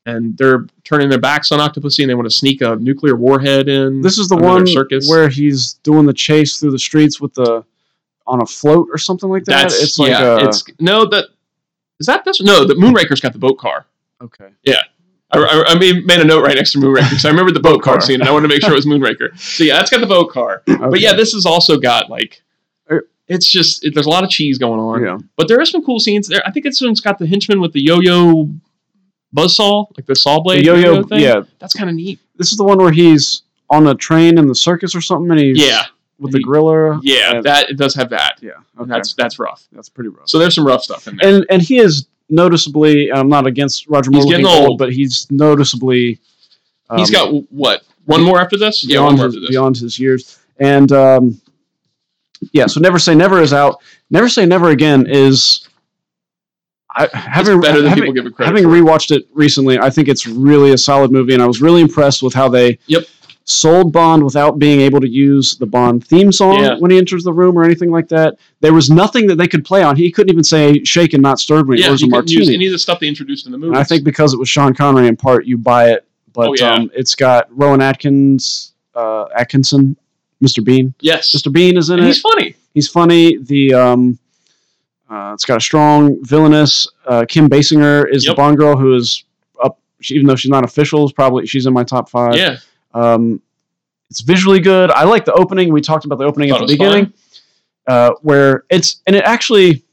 Speaker 2: and they're turning their backs on Octopussy and they want to sneak a nuclear warhead in.
Speaker 1: This is the
Speaker 2: under their
Speaker 1: one
Speaker 2: circus.
Speaker 1: where he's doing the chase through the streets with the on a float or something like that.
Speaker 2: that's
Speaker 1: it's like
Speaker 2: yeah,
Speaker 1: a,
Speaker 2: it's no that is that this no the Moonraker's got the boat car.
Speaker 1: okay.
Speaker 2: I, I, I made made a note right next to Moonraker because I remembered the boat car
Speaker 1: car.
Speaker 2: scene and I wanted to make sure it was Moonraker. So yeah, that's got the boat car. But yeah, this has also got like,
Speaker 1: Er-
Speaker 2: it's just it, there's a lot of cheese going on.
Speaker 1: yeah,
Speaker 2: But there are some cool scenes there. I think this one's got the henchman with the yo-yo buzzsaw, like the saw
Speaker 1: the
Speaker 2: blade
Speaker 1: yo-yo.
Speaker 2: thing.
Speaker 1: Yeah,
Speaker 2: that's kind of neat.
Speaker 1: this is the one where he's on a train in the circus or something, and he's
Speaker 2: Yeah,
Speaker 1: with the gorilla.
Speaker 2: yeah,
Speaker 1: and-
Speaker 2: that it does have that.
Speaker 1: yeah.
Speaker 2: And
Speaker 1: Okay,
Speaker 2: That's
Speaker 1: that's
Speaker 2: that's rough.
Speaker 1: that's pretty rough.
Speaker 2: So there's some rough stuff in there.
Speaker 1: and and he is noticeably. and I'm not against Roger Moore.
Speaker 2: He's
Speaker 1: looking
Speaker 2: getting old.
Speaker 1: but he's noticeably. um,
Speaker 2: He's got what one more after this? Yeah, one
Speaker 1: beyond,
Speaker 2: more
Speaker 1: his,
Speaker 2: after this.
Speaker 1: beyond his years. And um, yeah, so Never Say Never is out. Never Say Never Again is. I, having,
Speaker 2: better than
Speaker 1: having,
Speaker 2: people give it credit
Speaker 1: Having rewatched it recently, I think it's really a solid movie, and I was really impressed with how they
Speaker 2: Yep.
Speaker 1: sold Bond without being able to use the Bond theme song
Speaker 2: Yeah.
Speaker 1: when he enters the room or anything like that. There was nothing that they could play on. He couldn't even say "shake and not stirred" when he
Speaker 2: Yeah,
Speaker 1: orders
Speaker 2: you
Speaker 1: a
Speaker 2: couldn't use
Speaker 1: martini.
Speaker 2: any of the stuff they introduced in the movie.
Speaker 1: And I think because it was Sean Connery in part, you buy it. But
Speaker 2: Oh, yeah.
Speaker 1: um, it's got Rowan Atkins, uh, Atkinson, Mr. Bean.
Speaker 2: yes,
Speaker 1: Mr. Bean is in
Speaker 2: and
Speaker 1: it.
Speaker 2: he's funny.
Speaker 1: He's funny. The um, uh, it's got a strong villainous. Uh, Kim Basinger is
Speaker 2: Yep.
Speaker 1: the Bond girl who is up. She, even though she's not official, is probably she's in my top five.
Speaker 2: yeah,
Speaker 1: Um, it's visually good. I like the opening. We talked about the opening
Speaker 2: Thought
Speaker 1: at
Speaker 2: it
Speaker 1: the
Speaker 2: was
Speaker 1: beginning, uh, where it's and it actually,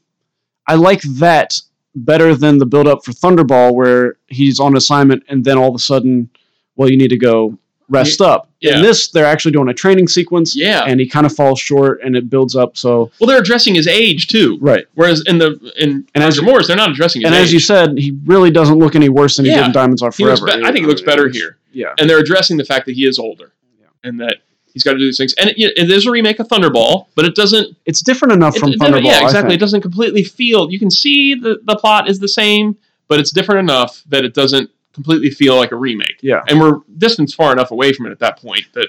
Speaker 1: I like that better than the build up for Thunderball, where he's on assignment and then all of a sudden, well, you need to go rest up.
Speaker 2: yeah.
Speaker 1: In this, they're actually doing a training sequence,
Speaker 2: yeah.
Speaker 1: and he kind of falls short, and it builds up. So
Speaker 2: Well, they're addressing his age too.
Speaker 1: right,
Speaker 2: Whereas in the in
Speaker 1: And as
Speaker 2: Roger
Speaker 1: you-
Speaker 2: Moore's, they're not addressing his
Speaker 1: and
Speaker 2: age.
Speaker 1: as you said, he really doesn't look any worse than he
Speaker 2: Yeah.
Speaker 1: did in Diamonds Are
Speaker 2: he looks
Speaker 1: Forever.
Speaker 2: be- I think he looks better here,
Speaker 1: Yeah,
Speaker 2: and they're addressing the fact that he is older,
Speaker 1: Yeah.
Speaker 2: and that He's got to do these things, and it, it is a remake of Thunderball, but it doesn't.
Speaker 1: It's different enough
Speaker 2: It,
Speaker 1: from
Speaker 2: it never-
Speaker 1: Thunderball.
Speaker 2: yeah,
Speaker 1: I
Speaker 2: exactly. It
Speaker 1: think.
Speaker 2: doesn't completely feel. You can see the the plot is the same, but it's different enough that it doesn't completely feel like a remake.
Speaker 1: Yeah.
Speaker 2: and we're distance far enough away from it at that point that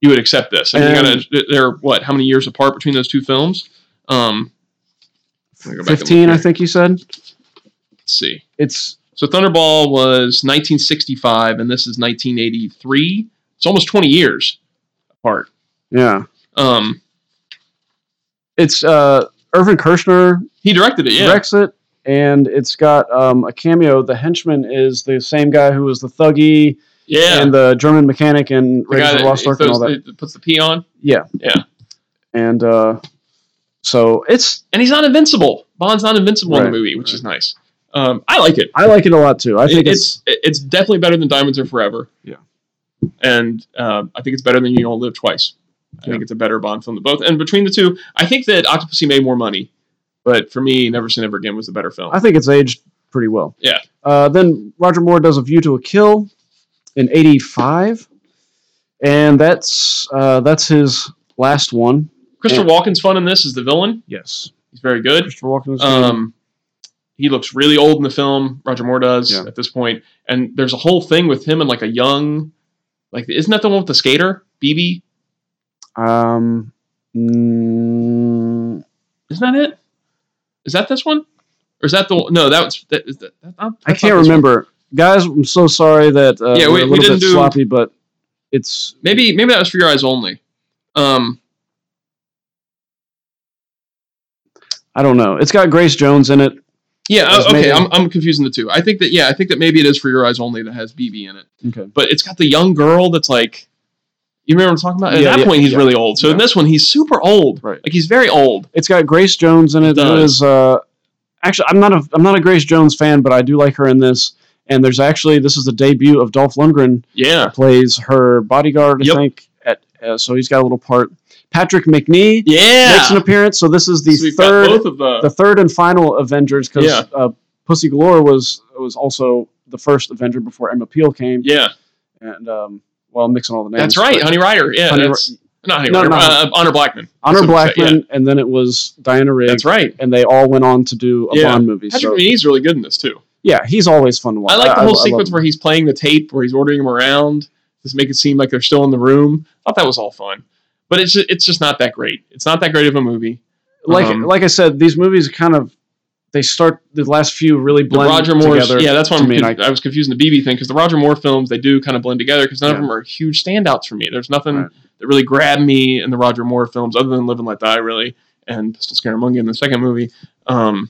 Speaker 2: you would accept this. And,
Speaker 1: And-
Speaker 2: you gotta, they're what? How many years apart between those two films? Um, let me go back and look
Speaker 1: Fifteen, I
Speaker 2: here.
Speaker 1: think you said.
Speaker 2: Let's see.
Speaker 1: It's
Speaker 2: So Thunderball was 1965, and this is 1983. It's almost 20 years apart.
Speaker 1: yeah.
Speaker 2: Um,
Speaker 1: It's uh, Irvin Kershner
Speaker 2: he directed it, yeah.
Speaker 1: directs it, and it's got um, a cameo. The henchman is the same guy who was the thuggy
Speaker 2: yeah.
Speaker 1: and the German mechanic and
Speaker 2: the guy
Speaker 1: Raiders of
Speaker 2: that
Speaker 1: the Lost Ark and all
Speaker 2: throws-
Speaker 1: that.
Speaker 2: that puts the P on,
Speaker 1: Yeah,
Speaker 2: yeah.
Speaker 1: and uh, so it's.
Speaker 2: And he's not invincible. Bond's not invincible in
Speaker 1: Right,
Speaker 2: the movie, which is nice. Um, I like it.
Speaker 1: I like it a lot too. I think
Speaker 2: It-
Speaker 1: it's,
Speaker 2: it's it- it's definitely better than Diamonds Are Forever.
Speaker 1: Yeah.
Speaker 2: and um, I think it's better than You Only Live Twice. I
Speaker 1: Yeah.
Speaker 2: think it's a better Bond film than both. And between the two, I think that Octopussy made more money, but for me, Never Say Never Again was the better film.
Speaker 1: I think it's aged pretty well.
Speaker 2: Yeah.
Speaker 1: Uh, then Roger Moore does A View to a Kill in '85, and that's uh, that's his last one.
Speaker 2: Christopher Walken's fun in this as the villain.
Speaker 1: Yes,
Speaker 2: He's very good.
Speaker 1: Christopher Walken. is
Speaker 2: Um, he looks really old in the film. Roger Moore does
Speaker 1: Yeah.
Speaker 2: at this point, and there's a whole thing with him and like a young, like isn't that the one with the skater BB?
Speaker 1: good. um, mm,
Speaker 2: Isn't that it? Is that this one? Or is that the one? No, that was. That, is that, that, that's
Speaker 1: I
Speaker 2: not
Speaker 1: can't
Speaker 2: this one.
Speaker 1: remember, guys. I'm so sorry that uh,
Speaker 2: Yeah,
Speaker 1: we're
Speaker 2: we-
Speaker 1: a
Speaker 2: we
Speaker 1: little
Speaker 2: didn't
Speaker 1: bit
Speaker 2: do-
Speaker 1: sloppy, but it's
Speaker 2: Maybe maybe that was for your eyes only. Um,
Speaker 1: I don't know. It's got Grace Jones in it.
Speaker 2: yeah,
Speaker 1: It was
Speaker 2: uh, okay.
Speaker 1: maybe-
Speaker 2: I'm, I'm confusing the two. I think that yeah, I think that maybe it is for your eyes only that has BB in it.
Speaker 1: Okay.
Speaker 2: But it's got the young girl that's like, you remember what I'm talking about? At
Speaker 1: Yeah,
Speaker 2: that
Speaker 1: yeah,
Speaker 2: point, he's
Speaker 1: yeah.
Speaker 2: really old. So in
Speaker 1: Yeah.
Speaker 2: this one, he's super old.
Speaker 1: Right.
Speaker 2: Like he's very old.
Speaker 1: It's got Grace Jones in it.
Speaker 2: It
Speaker 1: That
Speaker 2: does.
Speaker 1: is uh, actually I'm not a I'm not a Grace Jones fan, but I do like her in this. And there's actually this is the debut of Dolph Lundgren
Speaker 2: Yeah.
Speaker 1: plays her bodyguard. I
Speaker 2: Yep.
Speaker 1: think at uh, so he's got a little part. Patrick McNee
Speaker 2: Yeah.
Speaker 1: makes an appearance. So this is the
Speaker 2: So we've got
Speaker 1: third
Speaker 2: both of the,
Speaker 1: the third and final Avengers because
Speaker 2: Yeah.
Speaker 1: uh, Pussy Galore was was also the first Avenger before Emma Peel came.
Speaker 2: yeah.
Speaker 1: and um, well, I'm mixing all the names.
Speaker 2: That's right,
Speaker 1: but
Speaker 2: Honey Ryder. Yeah,
Speaker 1: Honey
Speaker 2: that's not Honey
Speaker 1: No,
Speaker 2: Ryder.
Speaker 1: no.
Speaker 2: uh, Honor Blackman.
Speaker 1: Honor
Speaker 2: That's what I'm
Speaker 1: Blackman,
Speaker 2: saying,
Speaker 1: and then it was Diana
Speaker 2: yeah.
Speaker 1: Rigg,
Speaker 2: That's right.
Speaker 1: and they all went on to do a
Speaker 2: Yeah.
Speaker 1: Bond movie.
Speaker 2: Patrick
Speaker 1: So
Speaker 2: Meany's really good in this too.
Speaker 1: yeah, he's always fun to watch.
Speaker 2: I like the whole
Speaker 1: I love
Speaker 2: sequence
Speaker 1: him.
Speaker 2: where he's playing the tape, where he's ordering them around, just make it seem like they're still in the room. I thought that was all fun, but it's just, it's just not that great. It's not that great of a movie.
Speaker 1: like
Speaker 2: um,
Speaker 1: like I said, these movies kind of they start the last few really
Speaker 2: The
Speaker 1: blend
Speaker 2: Roger Moore,
Speaker 1: together.
Speaker 2: yeah, that's why
Speaker 1: to
Speaker 2: I'm
Speaker 1: me, and
Speaker 2: conf- I, was confusing the BB thing because the Roger Moore films they do kind of blend together because none of
Speaker 1: Yeah.
Speaker 2: them are huge standouts for me. There's nothing
Speaker 1: Right.
Speaker 2: that really grabbed me in the Roger Moore films other than Live and Let Die, really, and Pistol Scaramanga in the second movie. Um,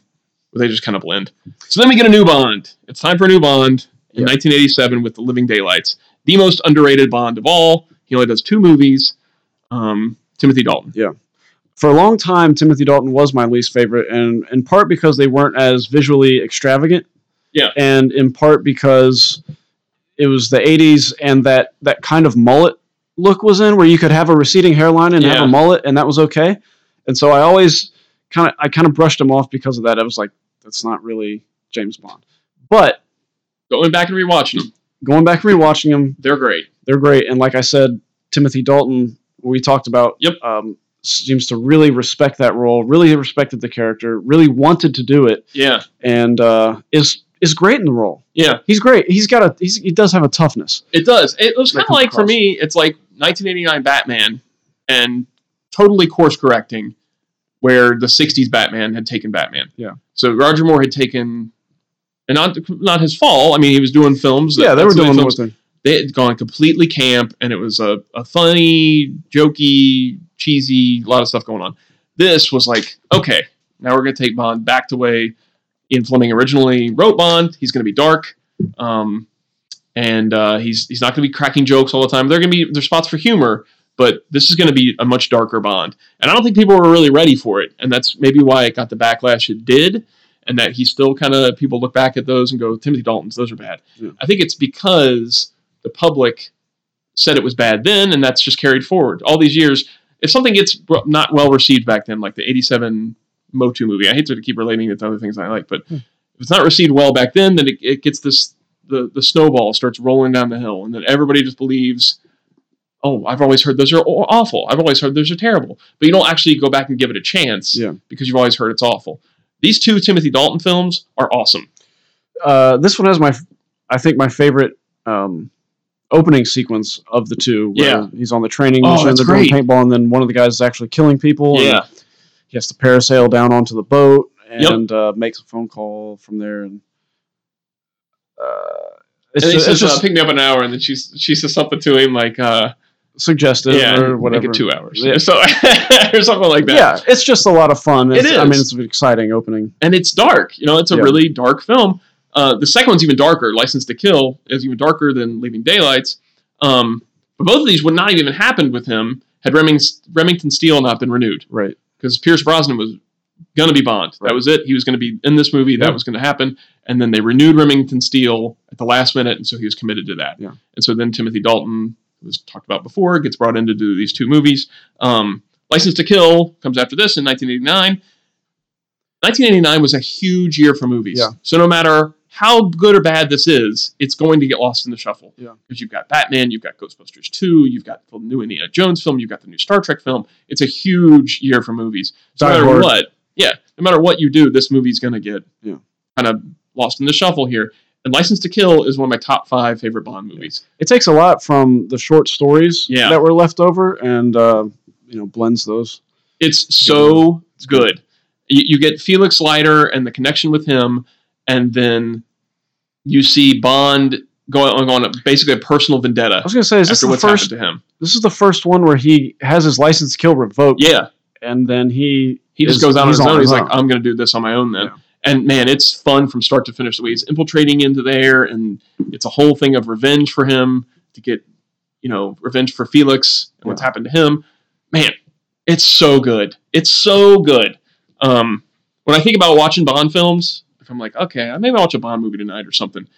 Speaker 2: where they just kind of blend. So then we get a new Bond. It's time for a new Bond in
Speaker 1: Yeah.
Speaker 2: 1987 with The Living Daylights, the most underrated Bond of all. He only does two movies. Um, Timothy Dalton.
Speaker 1: for a long time, Timothy Dalton was my least favorite, and in part because they weren't as visually extravagant.
Speaker 2: Yeah.
Speaker 1: And in part because it was the 80s and that, that kind of mullet look was in where you could have a receding hairline and have
Speaker 2: Yeah.
Speaker 1: a mullet and that was okay. And so I always kind of I kind of brushed him off because of that. I was like, that's not really James Bond. But
Speaker 2: Going back and rewatching them,
Speaker 1: going back and rewatching him,
Speaker 2: they're great.
Speaker 1: they're great. And like I said, Timothy Dalton, we talked about,
Speaker 2: Yep.
Speaker 1: um, seems to really respect that role, really respected the character, really wanted to do it,
Speaker 2: Yeah,
Speaker 1: and uh, is is great in the role.
Speaker 2: yeah,
Speaker 1: He's great. He's got a he's, he does have a toughness.
Speaker 2: it does. It was
Speaker 1: They
Speaker 2: kind of
Speaker 1: come
Speaker 2: like for
Speaker 1: across.
Speaker 2: me, it's like 1989 Batman and totally course correcting where the 60s Batman had taken Batman.
Speaker 1: Yeah.
Speaker 2: So Roger Moore had taken, and not not his fault. I mean, he was doing films. that-
Speaker 1: yeah, they
Speaker 2: that's
Speaker 1: were
Speaker 2: the way
Speaker 1: doing
Speaker 2: films
Speaker 1: with him.
Speaker 2: they had gone completely camp and it was a, a funny, jokey, cheesy, a lot of stuff going on. This was like, okay, now we're going to take Bond back to way Ian Fleming originally wrote Bond. He's going to be dark. Um, and uh, he's, he's not going to be cracking jokes all the time. They're going to be, there's spots for humor, but this is going to be a much darker Bond. And I don't think people were really ready for it. And that's maybe why it got the backlash it did. And that he still kind of, people look back at those and go, Timothy Dalton's, those are bad.
Speaker 1: Yeah.
Speaker 2: I think it's because the public said it was bad then, and that's just carried forward all these years. If something gets br- not well received back then, like the '87 Motu movie, I hate to keep relating it to other things I like, but
Speaker 1: Hmm.
Speaker 2: if it's not received well back then, then it, it gets this the the snowball starts rolling down the hill, and then everybody just believes, oh, I've always heard those are aw- awful. I've always heard those are terrible. But you don't actually go back and give it a chance
Speaker 1: Yeah.
Speaker 2: because you've always heard it's awful. These two Timothy Dalton films are awesome.
Speaker 1: Uh, this one has my, I think my favorite um, opening sequence of the two. Where
Speaker 2: Yeah.
Speaker 1: he's on the training
Speaker 2: Oh,
Speaker 1: mission,
Speaker 2: that's
Speaker 1: they're doing
Speaker 2: great.
Speaker 1: paintball, and then one of the guys is actually killing people. and he has to parasail down onto the boat
Speaker 2: Yep.
Speaker 1: and uh, makes a phone call from there. And uh, it's,
Speaker 2: And he
Speaker 1: ju- it's
Speaker 2: says, uh,
Speaker 1: just
Speaker 2: pick me up in an hour, and then she's, she says something to him like, uh,
Speaker 1: suggestive
Speaker 2: yeah,
Speaker 1: or
Speaker 2: make
Speaker 1: whatever.
Speaker 2: it two hours.
Speaker 1: Yeah.
Speaker 2: So, or something like that.
Speaker 1: Yeah, it's just a lot of fun.
Speaker 2: It
Speaker 1: It's, I
Speaker 2: is.
Speaker 1: mean, it's an exciting opening.
Speaker 2: and it's dark. You know, it's a
Speaker 1: Yeah.
Speaker 2: really dark film. Uh, the second one's even darker. License to Kill is even darker than Leaving Daylights. Um, but both of these would not have even happened with him had Reming- Remington Steele not been renewed
Speaker 1: Right.
Speaker 2: because Pierce Brosnan was going to be Bond.
Speaker 1: Right.
Speaker 2: That was it. He was going to be in this movie.
Speaker 1: Yeah.
Speaker 2: That was going to happen. And then they renewed Remington Steele at the last minute, and so he was committed to that.
Speaker 1: Yeah.
Speaker 2: And so then Timothy Dalton, who was talked about before, gets brought in to do these two movies. Um, License to Kill comes after this in 1989. 1989 was a huge year for movies.
Speaker 1: Yeah.
Speaker 2: So no matter how good or bad this is, it's going to get lost in the shuffle.
Speaker 1: Yeah.
Speaker 2: Because you've got Batman, you've got Ghostbusters 2, you've got the new Indiana Jones film, you've got the new Star Trek film. It's a huge year for movies. So no
Speaker 1: Die
Speaker 2: matter
Speaker 1: Hard.
Speaker 2: what, yeah, no matter what you do, this movie's gonna get
Speaker 1: Yeah.
Speaker 2: kind of lost in the shuffle here. And License to Kill is one of my top five favorite Bond movies.
Speaker 1: It takes a lot from the short stories
Speaker 2: Yeah.
Speaker 1: that were left over and, uh, you know, blends those.
Speaker 2: It's so good. You, you get Felix Leiter and the connection with him, and then you see Bond going on, on a, basically a personal vendetta
Speaker 1: I was going to say, is this
Speaker 2: after
Speaker 1: the
Speaker 2: what's
Speaker 1: first?
Speaker 2: happened to him.
Speaker 1: This is the first one where he has his license to kill revoked,
Speaker 2: Yeah,
Speaker 1: and then he
Speaker 2: he just
Speaker 1: is-
Speaker 2: goes out on
Speaker 1: he's
Speaker 2: his own. He's
Speaker 1: his
Speaker 2: like, "Oh." I'm going to do this on my own then.
Speaker 1: Yeah.
Speaker 2: And man, it's fun from start to finish. The way he's infiltrating into there, and it's a whole thing of revenge for him to get, you know, revenge for Felix and what's
Speaker 1: Yeah.
Speaker 2: happened to him. Man, it's so good. It's so good. Um, when I think about watching Bond films, if I'm like, okay, I maybe I'll watch a Bond movie tonight or something,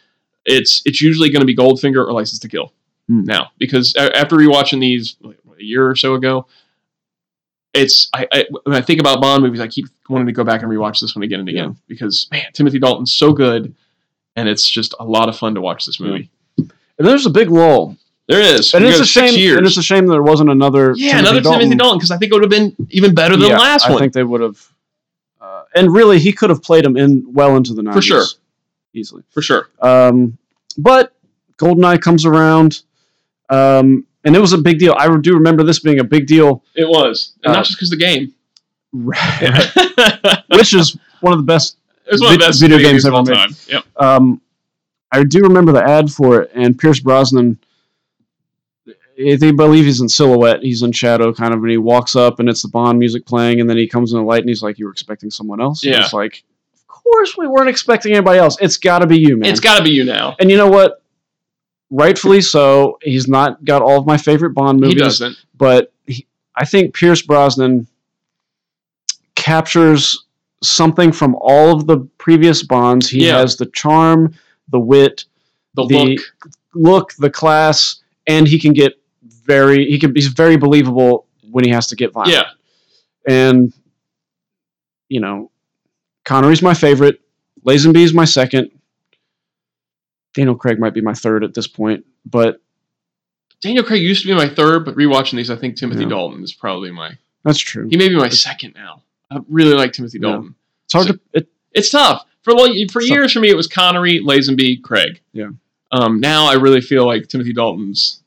Speaker 2: it's it's usually going to be Goldfinger or License to Kill
Speaker 1: Hmm.
Speaker 2: now because a- after rewatching these like, a year or so ago, it's I, I when I think about Bond movies, I keep wanting to go back and rewatch this one again and again because man, Timothy Dalton's so good, and it's just a lot of fun to watch this movie.
Speaker 1: and there's a big lull
Speaker 2: There is,
Speaker 1: And
Speaker 2: We
Speaker 1: it's
Speaker 2: go
Speaker 1: a
Speaker 2: six
Speaker 1: shame.
Speaker 2: years.
Speaker 1: And it's a shame there wasn't another.
Speaker 2: yeah, another Timothy Dalton because I think it would have been even better than
Speaker 1: Yeah,
Speaker 2: the last
Speaker 1: I
Speaker 2: one.
Speaker 1: think they would have. Uh, and really, he could have played him in well into the nineties
Speaker 2: sure.
Speaker 1: easily.
Speaker 2: for sure.
Speaker 1: Um, but Goldeneye comes around, um, and it was a big deal. I do remember this being a big deal,
Speaker 2: It was, and
Speaker 1: Uh,
Speaker 2: not just because the game.
Speaker 1: which is one of the best.
Speaker 2: It's one of the
Speaker 1: Vid-
Speaker 2: best
Speaker 1: video
Speaker 2: video, games
Speaker 1: games
Speaker 2: of all
Speaker 1: ever made.
Speaker 2: time. Yep.
Speaker 1: Um, I do remember the ad for it, and Pierce Brosnan. I think- believe he's in silhouette. He's in shadow, kind of, and he walks up, and it's the Bond music playing, and then he comes in the light, and he's like, "You were expecting someone else." And
Speaker 2: Yeah.
Speaker 1: It's like, of course we weren't expecting anybody else. It's got to be you, man.
Speaker 2: It's got to be you now.
Speaker 1: and you know what? Rightfully so. He's not got all of my favorite Bond
Speaker 2: He
Speaker 1: movies,
Speaker 2: doesn't.
Speaker 1: but he, I think Pierce Brosnan captures something from all of the previous Bonds. He
Speaker 2: Yeah.
Speaker 1: has the charm, the wit,
Speaker 2: The,
Speaker 1: The-
Speaker 2: look.
Speaker 1: look, the class, and he can get very he can he's very believable when he has to get violent.
Speaker 2: Yeah.
Speaker 1: And you know, Connery's my favorite, Lazenby's my second. Daniel Craig might be my third at this point, but
Speaker 2: Daniel Craig used to be my third, but rewatching these, I think Timothy
Speaker 1: Yeah.
Speaker 2: Dalton is probably my.
Speaker 1: that's true.
Speaker 2: He may be my second now. I really like Timothy
Speaker 1: Yeah.
Speaker 2: Dalton.
Speaker 1: It's hard to it,
Speaker 2: It's tough for long, for
Speaker 1: So-
Speaker 2: years for me. It was Connery, Lazenby, Craig.
Speaker 1: Yeah.
Speaker 2: Um. Now I really feel like Timothy Dalton's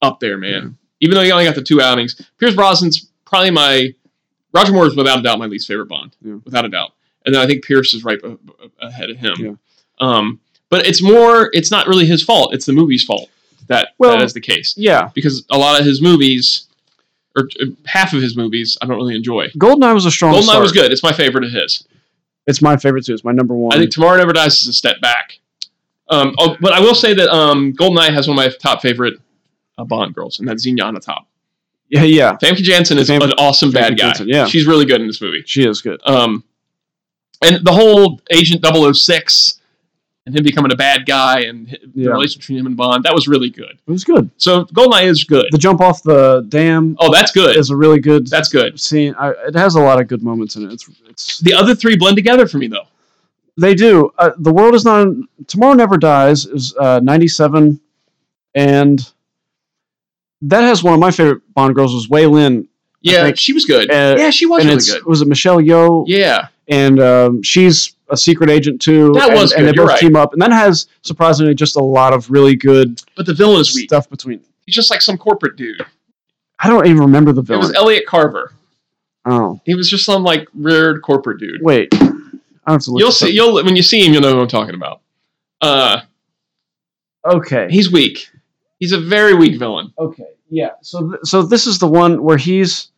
Speaker 2: up there, man. Even though he only got the two outings, Pierce Brosnan's probably my. Roger Moore is without a doubt my least favorite Bond,
Speaker 1: Yeah.
Speaker 2: without a doubt. And then I think Pierce is right a- a- ahead of him.
Speaker 1: Yeah.
Speaker 2: Um. But it's more. It's not really his fault. It's the movie's fault that
Speaker 1: Well-
Speaker 2: that is the case.
Speaker 1: yeah.
Speaker 2: because a lot of his movies, or uh, half of his movies, I don't really enjoy.
Speaker 1: Goldeneye was a strong
Speaker 2: Goldeneye
Speaker 1: start.
Speaker 2: was good. It's my favorite of his.
Speaker 1: It's my favorite too. It's my number one.
Speaker 2: I think Tomorrow Never Dies is a step back. Um, oh, but I will say that um, Goldeneye has one of my top favorite uh, Bond girls, and that's Xenia on the top.
Speaker 1: yeah, yeah.
Speaker 2: Famke Janssen is
Speaker 1: Fam-
Speaker 2: an awesome
Speaker 1: Famke
Speaker 2: bad guy.
Speaker 1: Janssen, yeah.
Speaker 2: She's really good in this movie.
Speaker 1: She is good.
Speaker 2: Um, and the whole Agent 006 and him becoming a bad guy and hi- the
Speaker 1: Yeah.
Speaker 2: relationship between him and Bond, that was really good.
Speaker 1: It was good.
Speaker 2: So Goldeneye is good.
Speaker 1: The jump off the dam
Speaker 2: Oh, that's good.
Speaker 1: is a really good
Speaker 2: That's good.
Speaker 1: scene. I, it has a lot of good moments in it. It's, it's
Speaker 2: The other three blend together for me, though.
Speaker 1: They do. Uh, the world is not. Tomorrow never dies is uh, ninety seven, and that has one of my favorite Bond girls was Waylin,
Speaker 2: Yeah,
Speaker 1: think-
Speaker 2: she was good.
Speaker 1: Uh,
Speaker 2: yeah, she was
Speaker 1: and
Speaker 2: really
Speaker 1: it's
Speaker 2: good.
Speaker 1: was it Michelle Yeoh?
Speaker 2: Yeah,
Speaker 1: and um, she's a secret agent too.
Speaker 2: That
Speaker 1: and-
Speaker 2: was
Speaker 1: and,
Speaker 2: good,
Speaker 1: they
Speaker 2: you're
Speaker 1: both
Speaker 2: right.
Speaker 1: team up, and that has surprisingly just a lot of really good
Speaker 2: but the villain is weak.
Speaker 1: stuff between.
Speaker 2: He's just like some corporate dude.
Speaker 1: I don't even remember the
Speaker 2: It was
Speaker 1: villain.
Speaker 2: Elliot Carver.
Speaker 1: oh
Speaker 2: He was just some like weird corporate dude.
Speaker 1: wait, I have to look.
Speaker 2: You'll
Speaker 1: this
Speaker 2: see.
Speaker 1: up.
Speaker 2: You'll when you see him, you'll know who I'm talking about. Uh,
Speaker 1: Okay,
Speaker 2: he's weak. He's a very weak villain.
Speaker 1: okay, yeah. So th- so this is the one where he's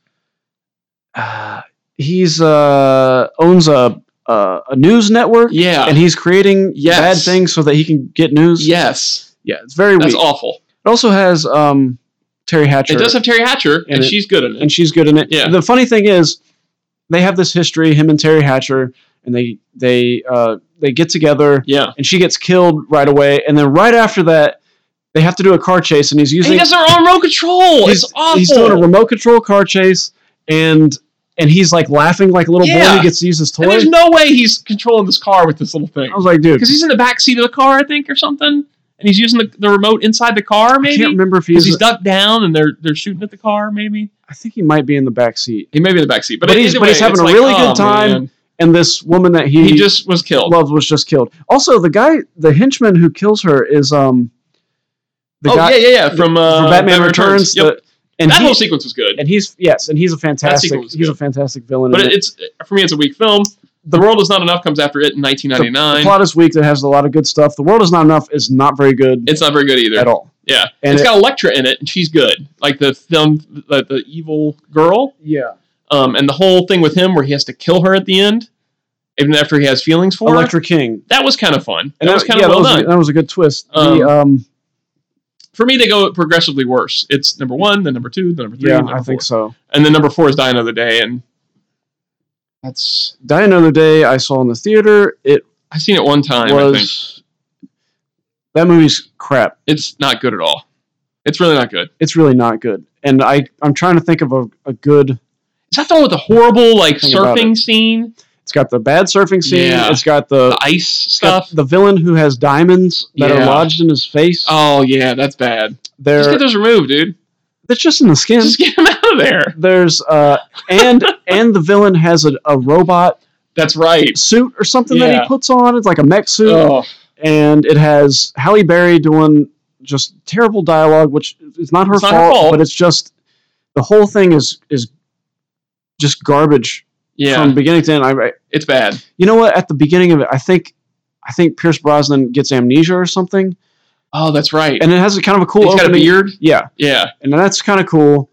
Speaker 1: uh, he's uh, owns a uh, a news network,
Speaker 2: Yeah.
Speaker 1: and he's creating
Speaker 2: Yes.
Speaker 1: bad things so that he can get news.
Speaker 2: Yes.
Speaker 1: yeah, it's very
Speaker 2: That's
Speaker 1: weak.
Speaker 2: awful.
Speaker 1: It also has um, Terry Hatcher.
Speaker 2: It does have Terry Hatcher,
Speaker 1: And
Speaker 2: and
Speaker 1: it-
Speaker 2: she's good in
Speaker 1: and
Speaker 2: it.
Speaker 1: she's good in it.
Speaker 2: Yeah.
Speaker 1: The funny thing is, they have this history. Him and Terry Hatcher, and they they uh, they get together,
Speaker 2: Yeah.
Speaker 1: and she gets killed right away. And then right after that, they have to do a car chase, and he's
Speaker 2: And he
Speaker 1: using
Speaker 2: does her own remote control.
Speaker 1: he's,
Speaker 2: It's awful.
Speaker 1: he's doing a remote control car chase, and and he's like laughing like a little boy
Speaker 2: Yeah.
Speaker 1: who gets to use his
Speaker 2: and
Speaker 1: toy.
Speaker 2: there's no way he's controlling this car with this little thing.
Speaker 1: I was like, dude,
Speaker 2: Because he's in the back seat of the car, I think, or something, and he's using the, the remote inside the car.
Speaker 1: I
Speaker 2: Maybe
Speaker 1: can't remember if
Speaker 2: because
Speaker 1: he's.
Speaker 2: he's ducked down and they're they're shooting at the car. Maybe
Speaker 1: I think he might be in the back seat,
Speaker 2: he may be in the back seat, but,
Speaker 1: But he's-
Speaker 2: either
Speaker 1: but he's
Speaker 2: way,
Speaker 1: having
Speaker 2: it's
Speaker 1: a
Speaker 2: like,
Speaker 1: really
Speaker 2: oh,
Speaker 1: good time.
Speaker 2: man.
Speaker 1: and this woman that
Speaker 2: He,
Speaker 1: he,
Speaker 2: just was killed.
Speaker 1: loved was just killed. Also, the guy, the henchman who kills her is um. The
Speaker 2: oh
Speaker 1: guy,
Speaker 2: yeah, yeah, yeah. From, uh,
Speaker 1: from Batman Returns.
Speaker 2: Yep.
Speaker 1: the- and
Speaker 2: that
Speaker 1: he-
Speaker 2: whole sequence was good,
Speaker 1: and he's yes, and he's a fantastic
Speaker 2: sequel was
Speaker 1: he's
Speaker 2: good.
Speaker 1: a fantastic villain.
Speaker 2: but
Speaker 1: in
Speaker 2: it,
Speaker 1: it.
Speaker 2: it's for me, it's a weak film. The world is not enough comes after it in
Speaker 1: the, the
Speaker 2: 1999.
Speaker 1: plot is weak. That has a lot of good stuff. The world is not enough is not very good
Speaker 2: it's not very good either.
Speaker 1: at all.
Speaker 2: Yeah,
Speaker 1: And
Speaker 2: it's
Speaker 1: it-
Speaker 2: got Elektra in it, and she's good. Like the film, the, the evil girl,
Speaker 1: Yeah,
Speaker 2: um, and the whole thing with him where he has to kill her at the end, even after he has feelings for her.
Speaker 1: Electra King.
Speaker 2: That was kind of fun. That,
Speaker 1: And
Speaker 2: was kind
Speaker 1: yeah,
Speaker 2: of well
Speaker 1: that was,
Speaker 2: done.
Speaker 1: A, that was a good twist.
Speaker 2: Um,
Speaker 1: the, um,
Speaker 2: for me, they go progressively worse. It's number one, then number two, then number three.
Speaker 1: yeah,
Speaker 2: number
Speaker 1: I think
Speaker 2: four.
Speaker 1: so.
Speaker 2: And then number four is Die Another Day, and that's
Speaker 1: Die Another Day I saw in the theater. It
Speaker 2: I've seen it one time. I think
Speaker 1: was that movie's crap.
Speaker 2: it's not good at all. It's really not good.
Speaker 1: It's really not good. And I I'm trying to think of a, a good.
Speaker 2: Is that the one with the horrible like
Speaker 1: Think about
Speaker 2: surfing scene,
Speaker 1: It's got the bad surfing scene.
Speaker 2: Yeah.
Speaker 1: It's got
Speaker 2: the
Speaker 1: the,
Speaker 2: ice
Speaker 1: it's got
Speaker 2: stuff?
Speaker 1: the villain who has diamonds that are
Speaker 2: Yeah.
Speaker 1: lodged in his face.
Speaker 2: Oh yeah, that's bad. Just
Speaker 1: They're
Speaker 2: get those removed, dude.
Speaker 1: that's just in the skin.
Speaker 2: Just get them out of there.
Speaker 1: there's uh and and the villain has a, a robot
Speaker 2: That's right.
Speaker 1: suit or something that he
Speaker 2: Yeah.
Speaker 1: puts on it's like a mech suit
Speaker 2: Oh,
Speaker 1: and it has halle berry doing just terrible dialogue which is not her,
Speaker 2: It's
Speaker 1: fault,
Speaker 2: not her fault.
Speaker 1: but it's just the whole thing is is just garbage
Speaker 2: yeah,
Speaker 1: from beginning to end I, I
Speaker 2: it's bad.
Speaker 1: you know what at the beginning of it i think i think pierce brosnan gets amnesia or something
Speaker 2: Oh, that's right.
Speaker 1: and it has a kind of a cool
Speaker 2: He's got a
Speaker 1: opening
Speaker 2: beard.
Speaker 1: yeah
Speaker 2: Yeah,
Speaker 1: and that's kind of cool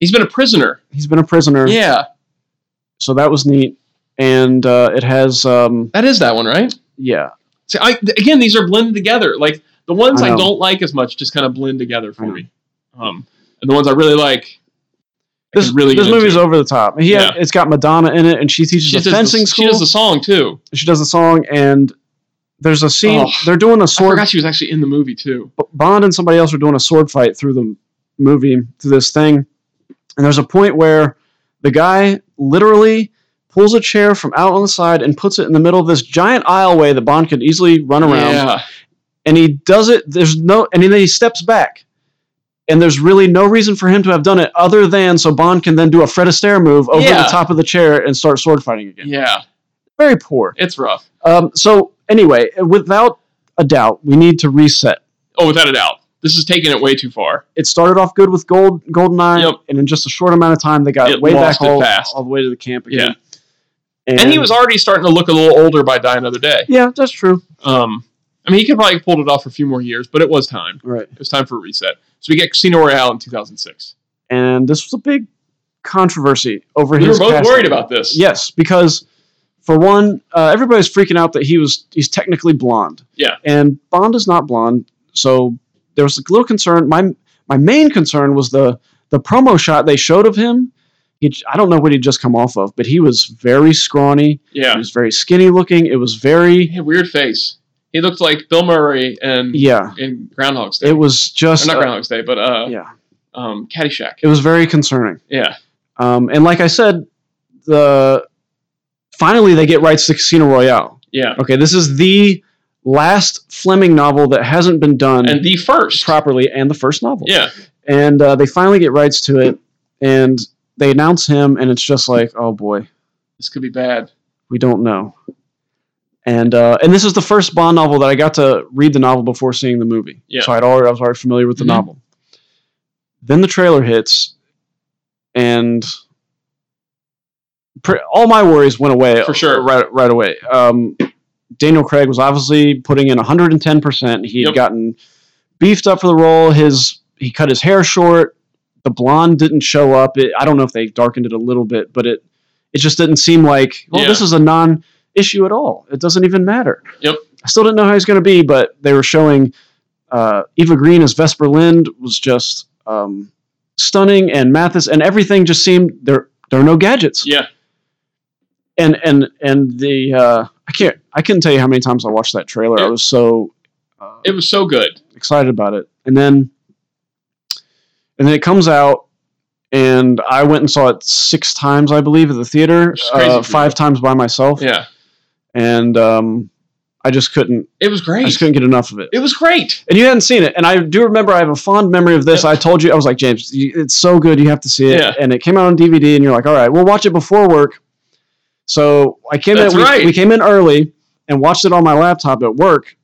Speaker 2: he's been a prisoner.
Speaker 1: he's been a prisoner
Speaker 2: Yeah,
Speaker 1: so that was neat and uh, it has um
Speaker 2: that is that one, right?
Speaker 1: yeah
Speaker 2: See, I, th- again, these are blended together. Like the ones
Speaker 1: I
Speaker 2: I,
Speaker 1: know.
Speaker 2: don't like as much just kind of blend together
Speaker 1: I
Speaker 2: for
Speaker 1: know.
Speaker 2: me. Um, and the ones I really like, I
Speaker 1: this
Speaker 2: can really
Speaker 1: this
Speaker 2: get
Speaker 1: movie's
Speaker 2: into.
Speaker 1: over the top. He
Speaker 2: Yeah.
Speaker 1: it's got Madonna in it, and she teaches
Speaker 2: She
Speaker 1: a
Speaker 2: does,
Speaker 1: fencing
Speaker 2: the, she
Speaker 1: school.
Speaker 2: does the song too.
Speaker 1: She does a song, and there's a scene.
Speaker 2: Oh.
Speaker 1: they're doing a
Speaker 2: I
Speaker 1: sword.
Speaker 2: forgot she was actually in the movie too.
Speaker 1: Bond and somebody else are doing a sword fight through the movie through this thing, and there's a point where the guy literally pulls a chair from out on the side and puts it in the middle of this giant aisleway that Bond could easily run around,
Speaker 2: Yeah,
Speaker 1: and he does it. There's no, and then he steps back. And there's really no reason for him to have done it other than so Bond can then do a Fred Astaire move over
Speaker 2: Yeah.
Speaker 1: the top of the chair and start sword fighting again.
Speaker 2: yeah,
Speaker 1: very poor.
Speaker 2: it's rough.
Speaker 1: Um, so anyway, without a doubt, we need to reset.
Speaker 2: Oh, without a doubt, this is taking it way too far.
Speaker 1: It started off good with Gold Goldeneye,
Speaker 2: Yep.
Speaker 1: and in just a short amount of time, they got
Speaker 2: It
Speaker 1: way back
Speaker 2: lost it
Speaker 1: all,
Speaker 2: fast.
Speaker 1: all the way to the camp again.
Speaker 2: And, he was already starting to look a little older by Die Another Day.
Speaker 1: yeah, that's true.
Speaker 2: Um, I mean, he could probably have pulled it off for a few more years, but it was time.
Speaker 1: All Right,
Speaker 2: It was time for a reset. So we get Casino Royale in 2006.
Speaker 1: and this was a big controversy over
Speaker 2: We were
Speaker 1: his.
Speaker 2: both
Speaker 1: casting.
Speaker 2: worried about this.
Speaker 1: Yes, because for one, uh, everybody's freaking out that he was he's technically blonde.
Speaker 2: Yeah.
Speaker 1: And Bond is not blonde, so there was a little concern. My my main concern was the the promo shot they showed of him. He, j- I don't know what he'd just come off of, but he was very scrawny. He
Speaker 2: Yeah.
Speaker 1: was very skinny looking. It was very
Speaker 2: He had a weird face. He looked like Bill Murray and
Speaker 1: yeah.
Speaker 2: in Groundhog's Day.
Speaker 1: It was
Speaker 2: Or
Speaker 1: just
Speaker 2: not
Speaker 1: uh,
Speaker 2: Groundhog's Day, but uh,
Speaker 1: yeah.
Speaker 2: um, Caddyshack.
Speaker 1: It was very concerning.
Speaker 2: Yeah.
Speaker 1: Um, and like I said, the finally they get rights to Casino Royale.
Speaker 2: Yeah.
Speaker 1: Okay, this is the last Fleming novel that hasn't been done
Speaker 2: And the first.
Speaker 1: properly and the first novel.
Speaker 2: Yeah.
Speaker 1: and uh, they finally get rights to it, and they announce him, and it's just like, oh boy,
Speaker 2: This could be bad.
Speaker 1: we don't know. And uh, and this is the first Bond novel that I got to read the novel before seeing the movie.
Speaker 2: Yeah.
Speaker 1: So I'd already I was already familiar with the
Speaker 2: Mhm.
Speaker 1: novel. Then the trailer hits, and pre- all my worries went away
Speaker 2: For sure.
Speaker 1: right right away. Um, Daniel Craig was obviously putting in 110. percent He had
Speaker 2: Yep.
Speaker 1: gotten beefed up for the role. His he cut his hair short. The blonde didn't show up. It, I don't know if they darkened it a little bit, but it it just didn't seem like well
Speaker 2: Yeah.
Speaker 1: this is a non-issue at all. It doesn't even matter.
Speaker 2: Yep.
Speaker 1: I still didn't know how he's going to be, but they were showing uh, Eva Green as Vesper Lind was just um, stunning, and Mathis and everything just seemed there. There are no gadgets
Speaker 2: Yeah.
Speaker 1: and and and the uh, I can't I couldn't tell you how many times I watched that trailer. I
Speaker 2: Yeah.
Speaker 1: was so uh,
Speaker 2: It was so good.
Speaker 1: excited about it, and then and then it comes out, and I went and saw it six times, I believe, at the theater,
Speaker 2: Which is crazy
Speaker 1: uh,
Speaker 2: for
Speaker 1: five times by myself,
Speaker 2: Yeah.
Speaker 1: and um, I just couldn't
Speaker 2: It was
Speaker 1: I
Speaker 2: great.
Speaker 1: just couldn't get enough of it.
Speaker 2: It was great.
Speaker 1: And you hadn't seen it, and I do remember I have a fond memory of this.
Speaker 2: Yeah.
Speaker 1: I told you I was like James, you- it's so good, you have to see it.
Speaker 2: Yeah.
Speaker 1: And it came out on DVD, and you're like, all right, we'll watch it before work. So I came
Speaker 2: That's
Speaker 1: in, we,
Speaker 2: right.
Speaker 1: we came in early and watched it on my laptop at work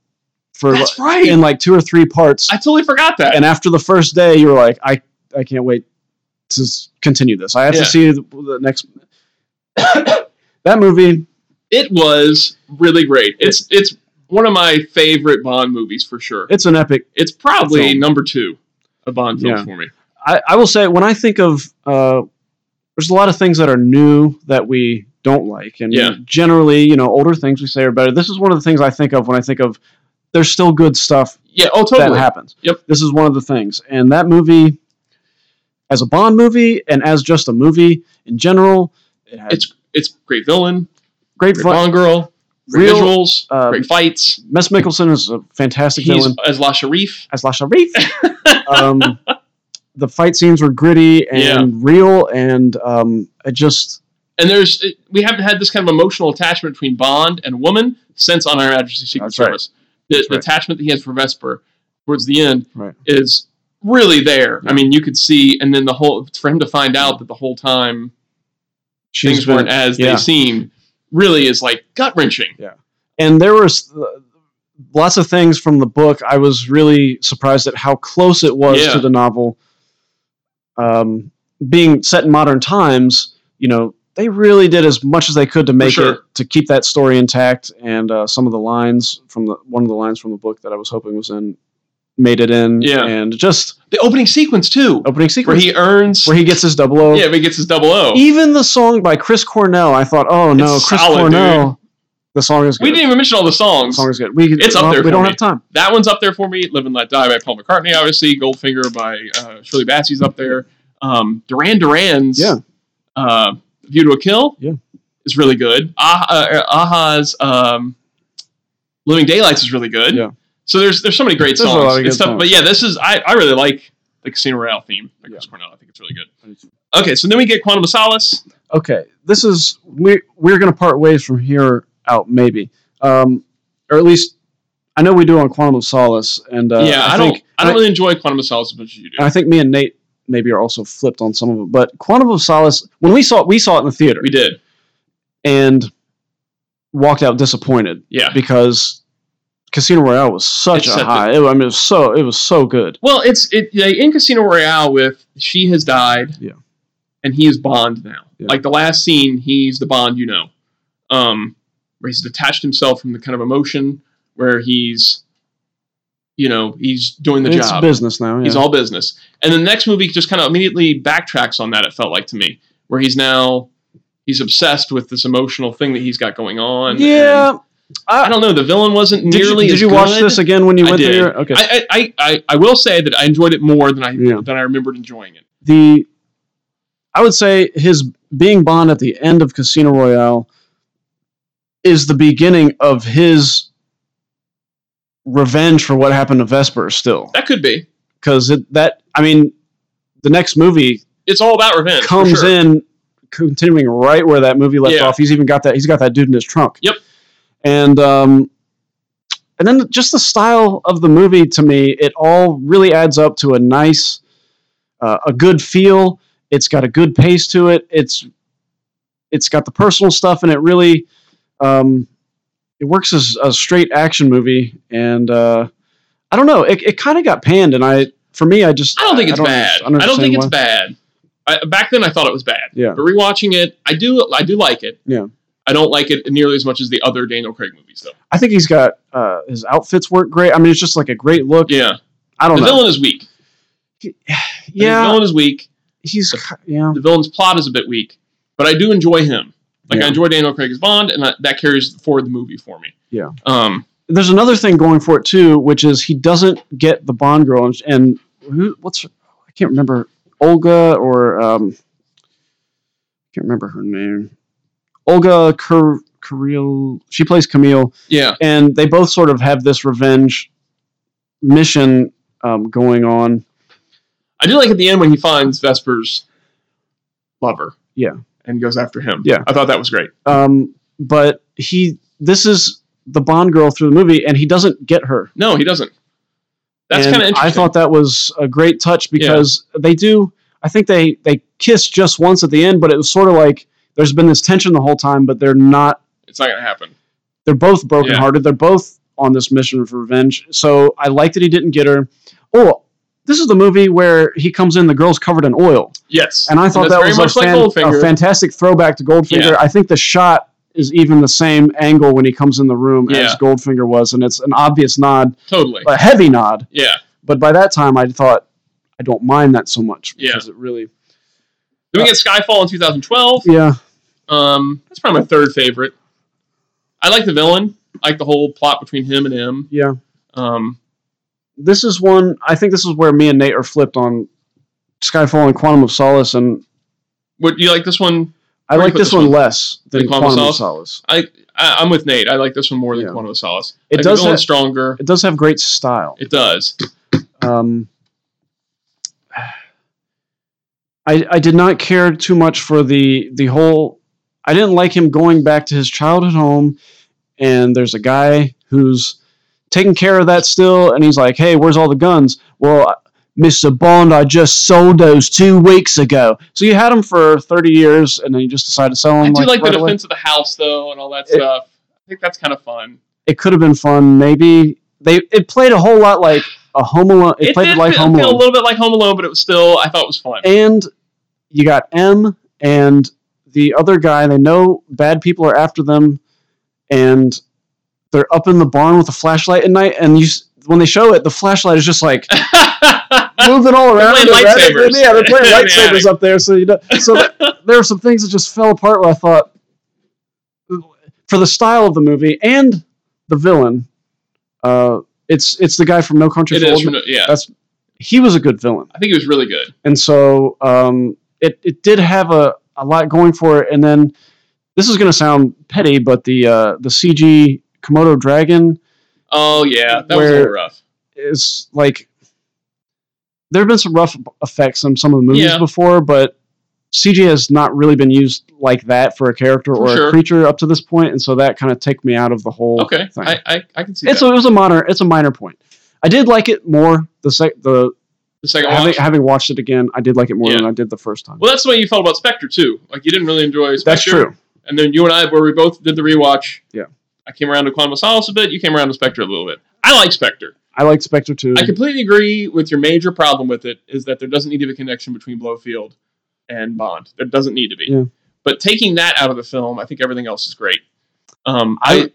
Speaker 1: for
Speaker 2: That's right.
Speaker 1: in like two or three parts.
Speaker 2: I totally forgot that.
Speaker 1: and after the first day, you were like, I I can't wait to s- continue this. I have
Speaker 2: Yeah.
Speaker 1: to see the, the next that movie.
Speaker 2: it was really great. It's it's one of my favorite Bond movies for sure.
Speaker 1: It's an epic
Speaker 2: It's probably
Speaker 1: Film.
Speaker 2: number two, a Bond film
Speaker 1: Yeah.
Speaker 2: for me.
Speaker 1: I, I will say when I think of uh, there's a lot of things that are new that we don't like, and
Speaker 2: Yeah.
Speaker 1: generally, you know, older things we say are better. This is one of the things I think of when I think of there's still good stuff
Speaker 2: Yeah. Oh, totally.
Speaker 1: that happens.
Speaker 2: Yep.
Speaker 1: This is one of the things, and that movie, as a Bond movie and as just a movie in general, it had
Speaker 2: It's it's great villain,
Speaker 1: great
Speaker 2: great
Speaker 1: fun.
Speaker 2: Bond girl, great
Speaker 1: Real,
Speaker 2: visuals,
Speaker 1: um,
Speaker 2: great fights.
Speaker 1: Mess Mickelson is a fantastic
Speaker 2: He's
Speaker 1: villain
Speaker 2: as La Sharif.
Speaker 1: as La Sharif. um, the fight scenes were gritty
Speaker 2: Yeah.
Speaker 1: and real, and um, it just.
Speaker 2: And there's it- we haven't had this kind of emotional attachment between Bond and a woman since On Her Majesty's Secret
Speaker 1: That's right.
Speaker 2: Service. The,
Speaker 1: That's
Speaker 2: the
Speaker 1: right.
Speaker 2: attachment that he has for Vesper towards the end
Speaker 1: Right.
Speaker 2: is really there. I mean, you could see, and then the whole for him to find out that the whole time
Speaker 1: she's
Speaker 2: things
Speaker 1: been-
Speaker 2: weren't as
Speaker 1: yeah.
Speaker 2: they seemed really is like gut wrenching.
Speaker 1: and there was uh, lots of things from the book i was really surprised at how close it was
Speaker 2: Yeah.
Speaker 1: to the novel um, being set in modern times you know they really did as much as they could to make
Speaker 2: sure.
Speaker 1: it to keep that story intact and uh, some of the lines from the one of the lines from the book that i was hoping was in made it in
Speaker 2: Yeah.
Speaker 1: and just
Speaker 2: The opening sequence too,
Speaker 1: opening
Speaker 2: where
Speaker 1: sequence
Speaker 2: he earns,
Speaker 1: where he gets his double o
Speaker 2: yeah, where he gets his double O.
Speaker 1: even the song by chris cornell i thought oh no
Speaker 2: It's
Speaker 1: chris
Speaker 2: solid,
Speaker 1: cornell the song is good
Speaker 2: We didn't even mention all the
Speaker 1: the
Speaker 2: songs.
Speaker 1: song is good we,
Speaker 2: It's up
Speaker 1: well,
Speaker 2: there
Speaker 1: we
Speaker 2: for
Speaker 1: don't
Speaker 2: me.
Speaker 1: have time
Speaker 2: That one's up there for me. Live and Let Die by Paul McCartney, obviously. Goldfinger by uh, Shirley Bassey's up there. Um, Duran Duran's
Speaker 1: Yeah.
Speaker 2: uh, View to a Kill
Speaker 1: Yeah.
Speaker 2: is really good. Ah- uh, Aha's um, Living Daylights is really good.
Speaker 1: Yeah.
Speaker 2: So there's there's so many great
Speaker 1: There's a
Speaker 2: songs
Speaker 1: lot of
Speaker 2: and
Speaker 1: good
Speaker 2: stuff.
Speaker 1: songs.
Speaker 2: But yeah, this is I, I really like the Casino Royale theme. Like Chris Cornell, I think it's really good. Okay, so then we get Quantum of Solace.
Speaker 1: okay, this is we we're gonna part ways from here out, maybe, um, or at least I know we do on Quantum of Solace, and uh,
Speaker 2: yeah, I,
Speaker 1: think,
Speaker 2: don't I don't really enjoy Quantum of Solace as much as you do.
Speaker 1: I think me and Nate maybe are also flipped on some of it, but Quantum of Solace when we saw it, we saw it in the theater
Speaker 2: we did.
Speaker 1: and walked out disappointed
Speaker 2: Yeah.
Speaker 1: because Casino Royale was such
Speaker 2: It's
Speaker 1: a
Speaker 2: such a-
Speaker 1: high. It, I mean, it was so it was so good.
Speaker 2: Well, it's it yeah, in Casino Royale with she has died.
Speaker 1: Yeah.
Speaker 2: And he is Bond now.
Speaker 1: Yeah.
Speaker 2: Like the last scene, he's the Bond you know. Um where he's detached himself from the kind of emotion where he's you know, he's doing the
Speaker 1: it's
Speaker 2: job.
Speaker 1: business now. Yeah.
Speaker 2: He's all business. And the next movie just kind of immediately backtracks on that, it felt like to me, where he's now he's obsessed with this emotional thing that he's got going on.
Speaker 1: yeah.
Speaker 2: And I don't know, the villain wasn't
Speaker 1: Did you,
Speaker 2: nearly
Speaker 1: did
Speaker 2: as
Speaker 1: you watch
Speaker 2: good.
Speaker 1: this again when you
Speaker 2: I
Speaker 1: went
Speaker 2: did.
Speaker 1: through your okay?
Speaker 2: I, I, I, I will say that I enjoyed it more than I
Speaker 1: Yeah.
Speaker 2: than I remembered enjoying it.
Speaker 1: the I would say his being Bond at the end of Casino Royale is the beginning of his revenge for what happened to Vesper still
Speaker 2: That could be.
Speaker 1: because that I mean the next movie
Speaker 2: It's all about revenge. for
Speaker 1: comes
Speaker 2: sure.
Speaker 1: in continuing right where that movie left
Speaker 2: Yeah.
Speaker 1: off he's even got that he's got that dude in his trunk
Speaker 2: Yep.
Speaker 1: and um and then just the style of the movie to me it all really adds up to a nice uh, a good feel. It's got a good pace to it. It's it's got the personal stuff, and it really um, it works as a straight action movie. And uh, I don't know, it, it kind of got panned, and I for me, I just
Speaker 2: I don't think it's bad. I don't, think it's
Speaker 1: understand
Speaker 2: bad. I, back then, I thought it was bad.
Speaker 1: Yeah.
Speaker 2: But rewatching it, I do I do like it.
Speaker 1: Yeah.
Speaker 2: I don't like it nearly as much as the other Daniel Craig movies, though.
Speaker 1: why. I think he's got uh, his outfits work great. I mean, it's just like a great look.
Speaker 2: Yeah.
Speaker 1: I
Speaker 2: The
Speaker 1: don't know.
Speaker 2: villain is weak. The
Speaker 1: Yeah,
Speaker 2: villain is weak.
Speaker 1: he's ki- yeah.
Speaker 2: The villain's plot is a bit weak, but I do enjoy him. Like
Speaker 1: Yeah.
Speaker 2: I enjoy Daniel Craig as Bond, and that, that carries forward the movie for me.
Speaker 1: Yeah.
Speaker 2: Um.
Speaker 1: there's another thing going for it too, which is he doesn't get the Bond girl, and, and who? What's her- I can't remember Olga or um, can't remember her name. Olga Ker, Kirill. She plays Camille,
Speaker 2: Yeah.
Speaker 1: and they both sort of have this revenge mission um, going on.
Speaker 2: I do like at the end when he finds Vesper's lover.
Speaker 1: Yeah.
Speaker 2: And goes after him.
Speaker 1: Yeah.
Speaker 2: I thought that was great.
Speaker 1: Um, but he, this is the Bond girl through the movie, and he doesn't get her.
Speaker 2: No, he doesn't. That's
Speaker 1: And
Speaker 2: kind of interesting.
Speaker 1: I thought that was a great touch because they do. I think they they kiss just once at the end, but it was sort of like there's been this tension the whole time, but they're not.
Speaker 2: it's not going to happen.
Speaker 1: They're both brokenhearted. They're both on this mission for revenge. So I like that he didn't get her. Oh, this is the movie where he comes in. The girl's covered in oil,
Speaker 2: Yes.
Speaker 1: and I thought
Speaker 2: that's
Speaker 1: that
Speaker 2: very
Speaker 1: was a,
Speaker 2: much like
Speaker 1: fan-
Speaker 2: Goldfinger.
Speaker 1: a fantastic throwback to Goldfinger. I think the shot is even the same angle when he comes in the room
Speaker 2: Yeah.
Speaker 1: as Goldfinger was, and it's an obvious nod,
Speaker 2: totally.
Speaker 1: a heavy nod
Speaker 2: yeah.
Speaker 1: but by that time I thought I don't mind that so much
Speaker 2: Yeah.
Speaker 1: because it really
Speaker 2: Then we get Skyfall in 2012.
Speaker 1: yeah
Speaker 2: Um, that's probably my third favorite. I like the villain. I like the whole plot between him and him.
Speaker 1: yeah
Speaker 2: Um,
Speaker 1: this is one I think this is where me and Nate are flipped on Skyfall and Quantum of Solace and
Speaker 2: what do you like this one?
Speaker 1: I
Speaker 2: Where do you
Speaker 1: like
Speaker 2: put
Speaker 1: this
Speaker 2: this
Speaker 1: one
Speaker 2: one?
Speaker 1: less than
Speaker 2: Like
Speaker 1: Quantum,
Speaker 2: Quantum of
Speaker 1: of Solace.
Speaker 2: I, I I'm with Nate. I like this one more than
Speaker 1: Yeah.
Speaker 2: Quantum of Solace.
Speaker 1: It
Speaker 2: Like,
Speaker 1: does
Speaker 2: The villain's
Speaker 1: have-
Speaker 2: stronger.
Speaker 1: It does have great style.
Speaker 2: It does.
Speaker 1: Um, I I did not care too much for the the whole. I didn't like him going back to his childhood home, and there's a guy who's taking care of that still, and he's like, "Hey, where's all the guns?" Well. I- Mr. Bond, I just sold those two weeks ago. So you had them for 30 years, and then you just decided to sell
Speaker 2: I
Speaker 1: them.
Speaker 2: do like,
Speaker 1: right
Speaker 2: the
Speaker 1: away?
Speaker 2: defense of the house though, and all that
Speaker 1: It-
Speaker 2: stuff. I think that's kind of fun.
Speaker 1: It could have been fun. Maybe they it played a whole lot like a Home Alone. It, played
Speaker 2: did
Speaker 1: like
Speaker 2: feel,
Speaker 1: Home
Speaker 2: feel
Speaker 1: Alone.
Speaker 2: a little bit like Home Alone, but it was still I thought it was fun.
Speaker 1: and you got M and the other guy. They know bad people are after them, and they're up in the barn with a flashlight at night. And you, s- when they show it, the flashlight is just like moving all around.
Speaker 2: playing lightsabers.
Speaker 1: yeah, they're playing
Speaker 2: In the
Speaker 1: lightsabers
Speaker 2: attic.
Speaker 1: up there. So you know, so th- there are some things that just fell apart. Where I thought, for the style of the movie and the villain, uh, it's it's the guy from No Country
Speaker 2: it
Speaker 1: for
Speaker 2: is.
Speaker 1: Old
Speaker 2: From,
Speaker 1: Men.
Speaker 2: yeah,
Speaker 1: That's he was a good villain.
Speaker 2: I think it was really good.
Speaker 1: And so um, it, it did have a, a lot going for it. And then this is going to sound petty, but the uh, the CG Komodo dragon
Speaker 2: Oh yeah, that was a
Speaker 1: Where-
Speaker 2: little rough.
Speaker 1: is like there have been some rough effects in some of the movies
Speaker 2: Yeah.
Speaker 1: before, but CG has not really been used like that for a character
Speaker 2: For
Speaker 1: or a
Speaker 2: sure.
Speaker 1: creature up to this point, and so that kind of took me out of the whole.
Speaker 2: Okay,
Speaker 1: thing.
Speaker 2: I, I I can see
Speaker 1: Oh, it's
Speaker 2: that.
Speaker 1: a, it was a minor it's a minor point. I did like it more the sec- the
Speaker 2: the second
Speaker 1: having,
Speaker 2: watch.
Speaker 1: having watched it again. I did like it more
Speaker 2: Yeah.
Speaker 1: than I did the first time.
Speaker 2: Well, that's the way you felt about Spectre too. Like you didn't really enjoy Spectre.
Speaker 1: That's true.
Speaker 2: And then you and I, where we both did the rewatch.
Speaker 1: Yeah.
Speaker 2: I came around to Quantum of Solace a bit. You came around to Spectre a little bit. I like Spectre.
Speaker 1: I liked Spectre too.
Speaker 2: I completely agree with your major problem with it is that there doesn't need to be a connection between Blowfield and Bond. There doesn't need to be.
Speaker 1: Yeah.
Speaker 2: But taking that out of the film, I think everything else is great. Um,
Speaker 1: I-
Speaker 2: I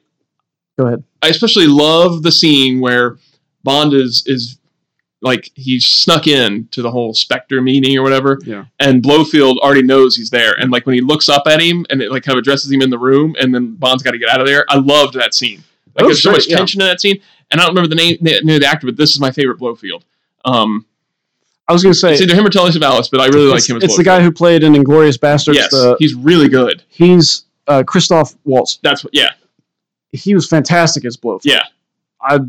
Speaker 1: Go ahead.
Speaker 2: I especially love the scene where Bond is is like he's snuck in to the whole Spectre meeting or whatever,
Speaker 1: Yeah.
Speaker 2: and Blowfield already knows he's there, and like when he looks up at him and it like kind of addresses him in the room, and then Bond's got to get out of there. I loved that scene. Like
Speaker 1: That was
Speaker 2: there's so
Speaker 1: great,
Speaker 2: much
Speaker 1: yeah.
Speaker 2: tension in that scene, and I don't remember the name, the name of the actor, but this is my favorite Blowfield. Um,
Speaker 1: I was going to say
Speaker 2: it's
Speaker 1: it's,
Speaker 2: either him or Telly Savalas, but I really like him as
Speaker 1: it's
Speaker 2: Blowfield.
Speaker 1: the guy who played in Inglorious Bastards.
Speaker 2: Yes,
Speaker 1: the-
Speaker 2: he's really good.
Speaker 1: he's uh, Christoph Waltz.
Speaker 2: That's what, yeah,
Speaker 1: He was fantastic as Blofeld.
Speaker 2: Yeah.
Speaker 1: I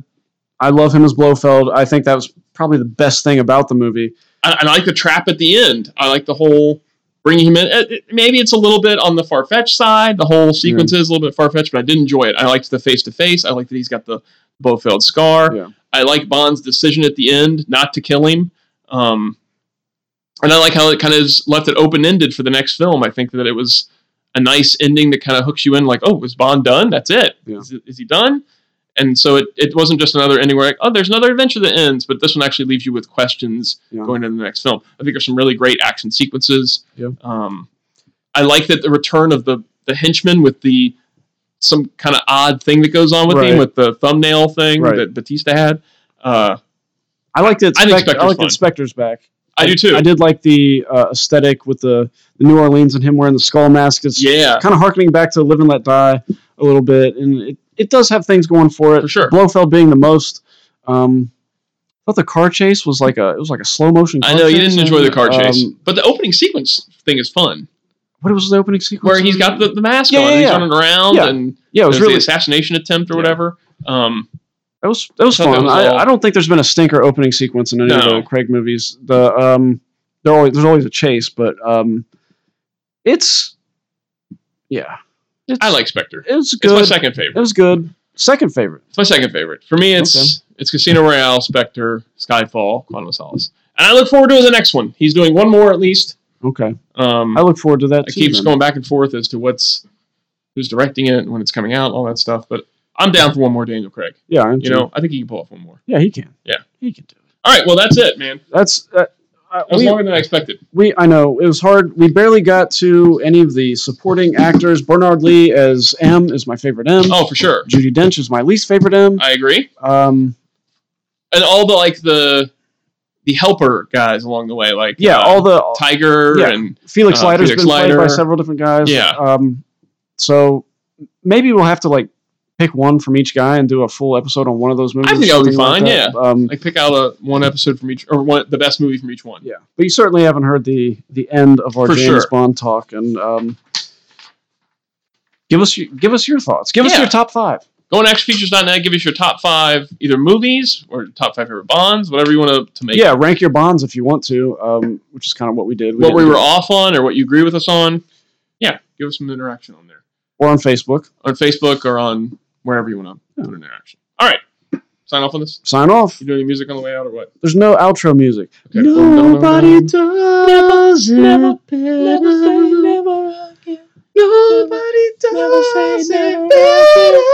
Speaker 1: I love him as Blofeld. I think that was probably the best thing about the movie.
Speaker 2: I, I like the trap at the end. I like the whole bringing him in. It- it- Maybe it's a little bit on the far fetched side. The whole sequence is a little bit far fetched, but I did enjoy it. I liked the face to face. I like that he's got the Blofeld scar.
Speaker 1: Yeah.
Speaker 2: I like Bond's decision at the end not to kill him. Um, and I like how it kind of is left it open ended for the next film. I think that it was a nice ending that kind of hooks you in, like, oh, is Bond done? That's it.
Speaker 1: Yeah.
Speaker 2: Is is he done? And so it, it wasn't just another ending where like, oh, there's another adventure that ends, but this one actually leaves you with questions
Speaker 1: Yeah.
Speaker 2: going into the next film. I think there's some really great action sequences.
Speaker 1: Yeah.
Speaker 2: Um, I like that the return of the the henchman with the some kind of odd thing that goes on with him
Speaker 1: Right.
Speaker 2: with the thumbnail thing
Speaker 1: Right.
Speaker 2: that Batista had. Uh,
Speaker 1: I like that.
Speaker 2: I think
Speaker 1: Spect-
Speaker 2: Spectre's
Speaker 1: I like
Speaker 2: fine.
Speaker 1: that Spectre's back.
Speaker 2: I do too.
Speaker 1: I did like the uh, aesthetic with the, the New Orleans and him wearing the skull mask. It's
Speaker 2: yeah,
Speaker 1: kind of harkening back to Live and Let Die a little bit, and it, it does have things going for it.
Speaker 2: For sure.
Speaker 1: Blofeld being the most. Um, I thought the car chase was like a it was like a slow motion.
Speaker 2: I
Speaker 1: car
Speaker 2: know you
Speaker 1: chase,
Speaker 2: didn't enjoy the car
Speaker 1: um,
Speaker 2: chase, but the opening sequence thing is fun,
Speaker 1: What was the opening sequence?
Speaker 2: where he's got the, the mask
Speaker 1: Yeah,
Speaker 2: on,
Speaker 1: yeah,
Speaker 2: and he's
Speaker 1: yeah.
Speaker 2: running around,
Speaker 1: Yeah.
Speaker 2: and
Speaker 1: yeah, it was
Speaker 2: there's
Speaker 1: really
Speaker 2: the assassination attempt or
Speaker 1: Yeah.
Speaker 2: whatever. Um,
Speaker 1: that was that was
Speaker 2: I thought that
Speaker 1: fun.
Speaker 2: was all-
Speaker 1: I, I don't think there's been a stinker opening sequence in any
Speaker 2: No.
Speaker 1: of the Craig movies. The um, there always there's always a chase, but um, it's yeah, it's,
Speaker 2: I like Spectre.
Speaker 1: it's
Speaker 2: It's my
Speaker 1: good.
Speaker 2: second favorite.
Speaker 1: it was good. Second favorite.
Speaker 2: It's my second favorite. For me, it's it's Casino Royale, Spectre, Skyfall, Quantum of Solace, and I look forward to the next one. He's doing one more at least.
Speaker 1: Okay,
Speaker 2: Um,
Speaker 1: I look forward to that.
Speaker 2: it
Speaker 1: too,
Speaker 2: keeps
Speaker 1: then.
Speaker 2: going back and forth as to what's who's directing it and when it's coming out, all that stuff. But I'm down for one more Daniel Craig.
Speaker 1: Yeah, I'm
Speaker 2: You
Speaker 1: too.
Speaker 2: know, I think he can pull off one more.
Speaker 1: Yeah, he can.
Speaker 2: Yeah.
Speaker 1: he can do it.
Speaker 2: All right, well that's it, man.
Speaker 1: That's uh, uh,
Speaker 2: That was
Speaker 1: we,
Speaker 2: longer than I expected.
Speaker 1: we. I know it was hard. We barely got to any of the supporting actors. Bernard Lee as M is my favorite M.
Speaker 2: Oh, for sure.
Speaker 1: Judy Dench is my least favorite M.
Speaker 2: I agree.
Speaker 1: Um,
Speaker 2: and all the like the the helper guys along the way, like
Speaker 1: yeah,
Speaker 2: uh,
Speaker 1: all the
Speaker 2: Tiger
Speaker 1: yeah.
Speaker 2: and
Speaker 1: Felix
Speaker 2: uh,
Speaker 1: Leiter's
Speaker 2: Felix
Speaker 1: been played by
Speaker 2: Leiter.
Speaker 1: several different guys.
Speaker 2: Yeah.
Speaker 1: Um, so maybe we'll have to like pick one from each guy and do a full episode on one of those movies.
Speaker 2: think
Speaker 1: or
Speaker 2: that would be
Speaker 1: something like
Speaker 2: fine,
Speaker 1: that. Um,
Speaker 2: like pick out a one episode from each or one the best movie from each one.
Speaker 1: Yeah, but you certainly haven't heard the the end of our
Speaker 2: For
Speaker 1: James
Speaker 2: sure.
Speaker 1: Bond talk, and um, give us your- give us your thoughts. Give us
Speaker 2: Yeah.
Speaker 1: your top five.
Speaker 2: Go on actionfeatures.net, give us your top five either movies or top five favorite bonds, whatever you want to, to make.
Speaker 1: Yeah, rank your bonds if you want to, um, which is kind of what we did.
Speaker 2: what we
Speaker 1: didn't
Speaker 2: were
Speaker 1: do-
Speaker 2: off on or what you agree with us on. Yeah, give us some interaction on there.
Speaker 1: we're on Facebook.
Speaker 2: On Facebook or on wherever you want to put an interaction. All right. Sign off on this.
Speaker 1: Sign off.
Speaker 2: You doing any music on the way out or what?
Speaker 1: There's no outro music.
Speaker 2: Okay.
Speaker 1: Nobody does
Speaker 2: never,
Speaker 1: it better. Nobody does
Speaker 3: never say
Speaker 1: it
Speaker 3: never
Speaker 1: better.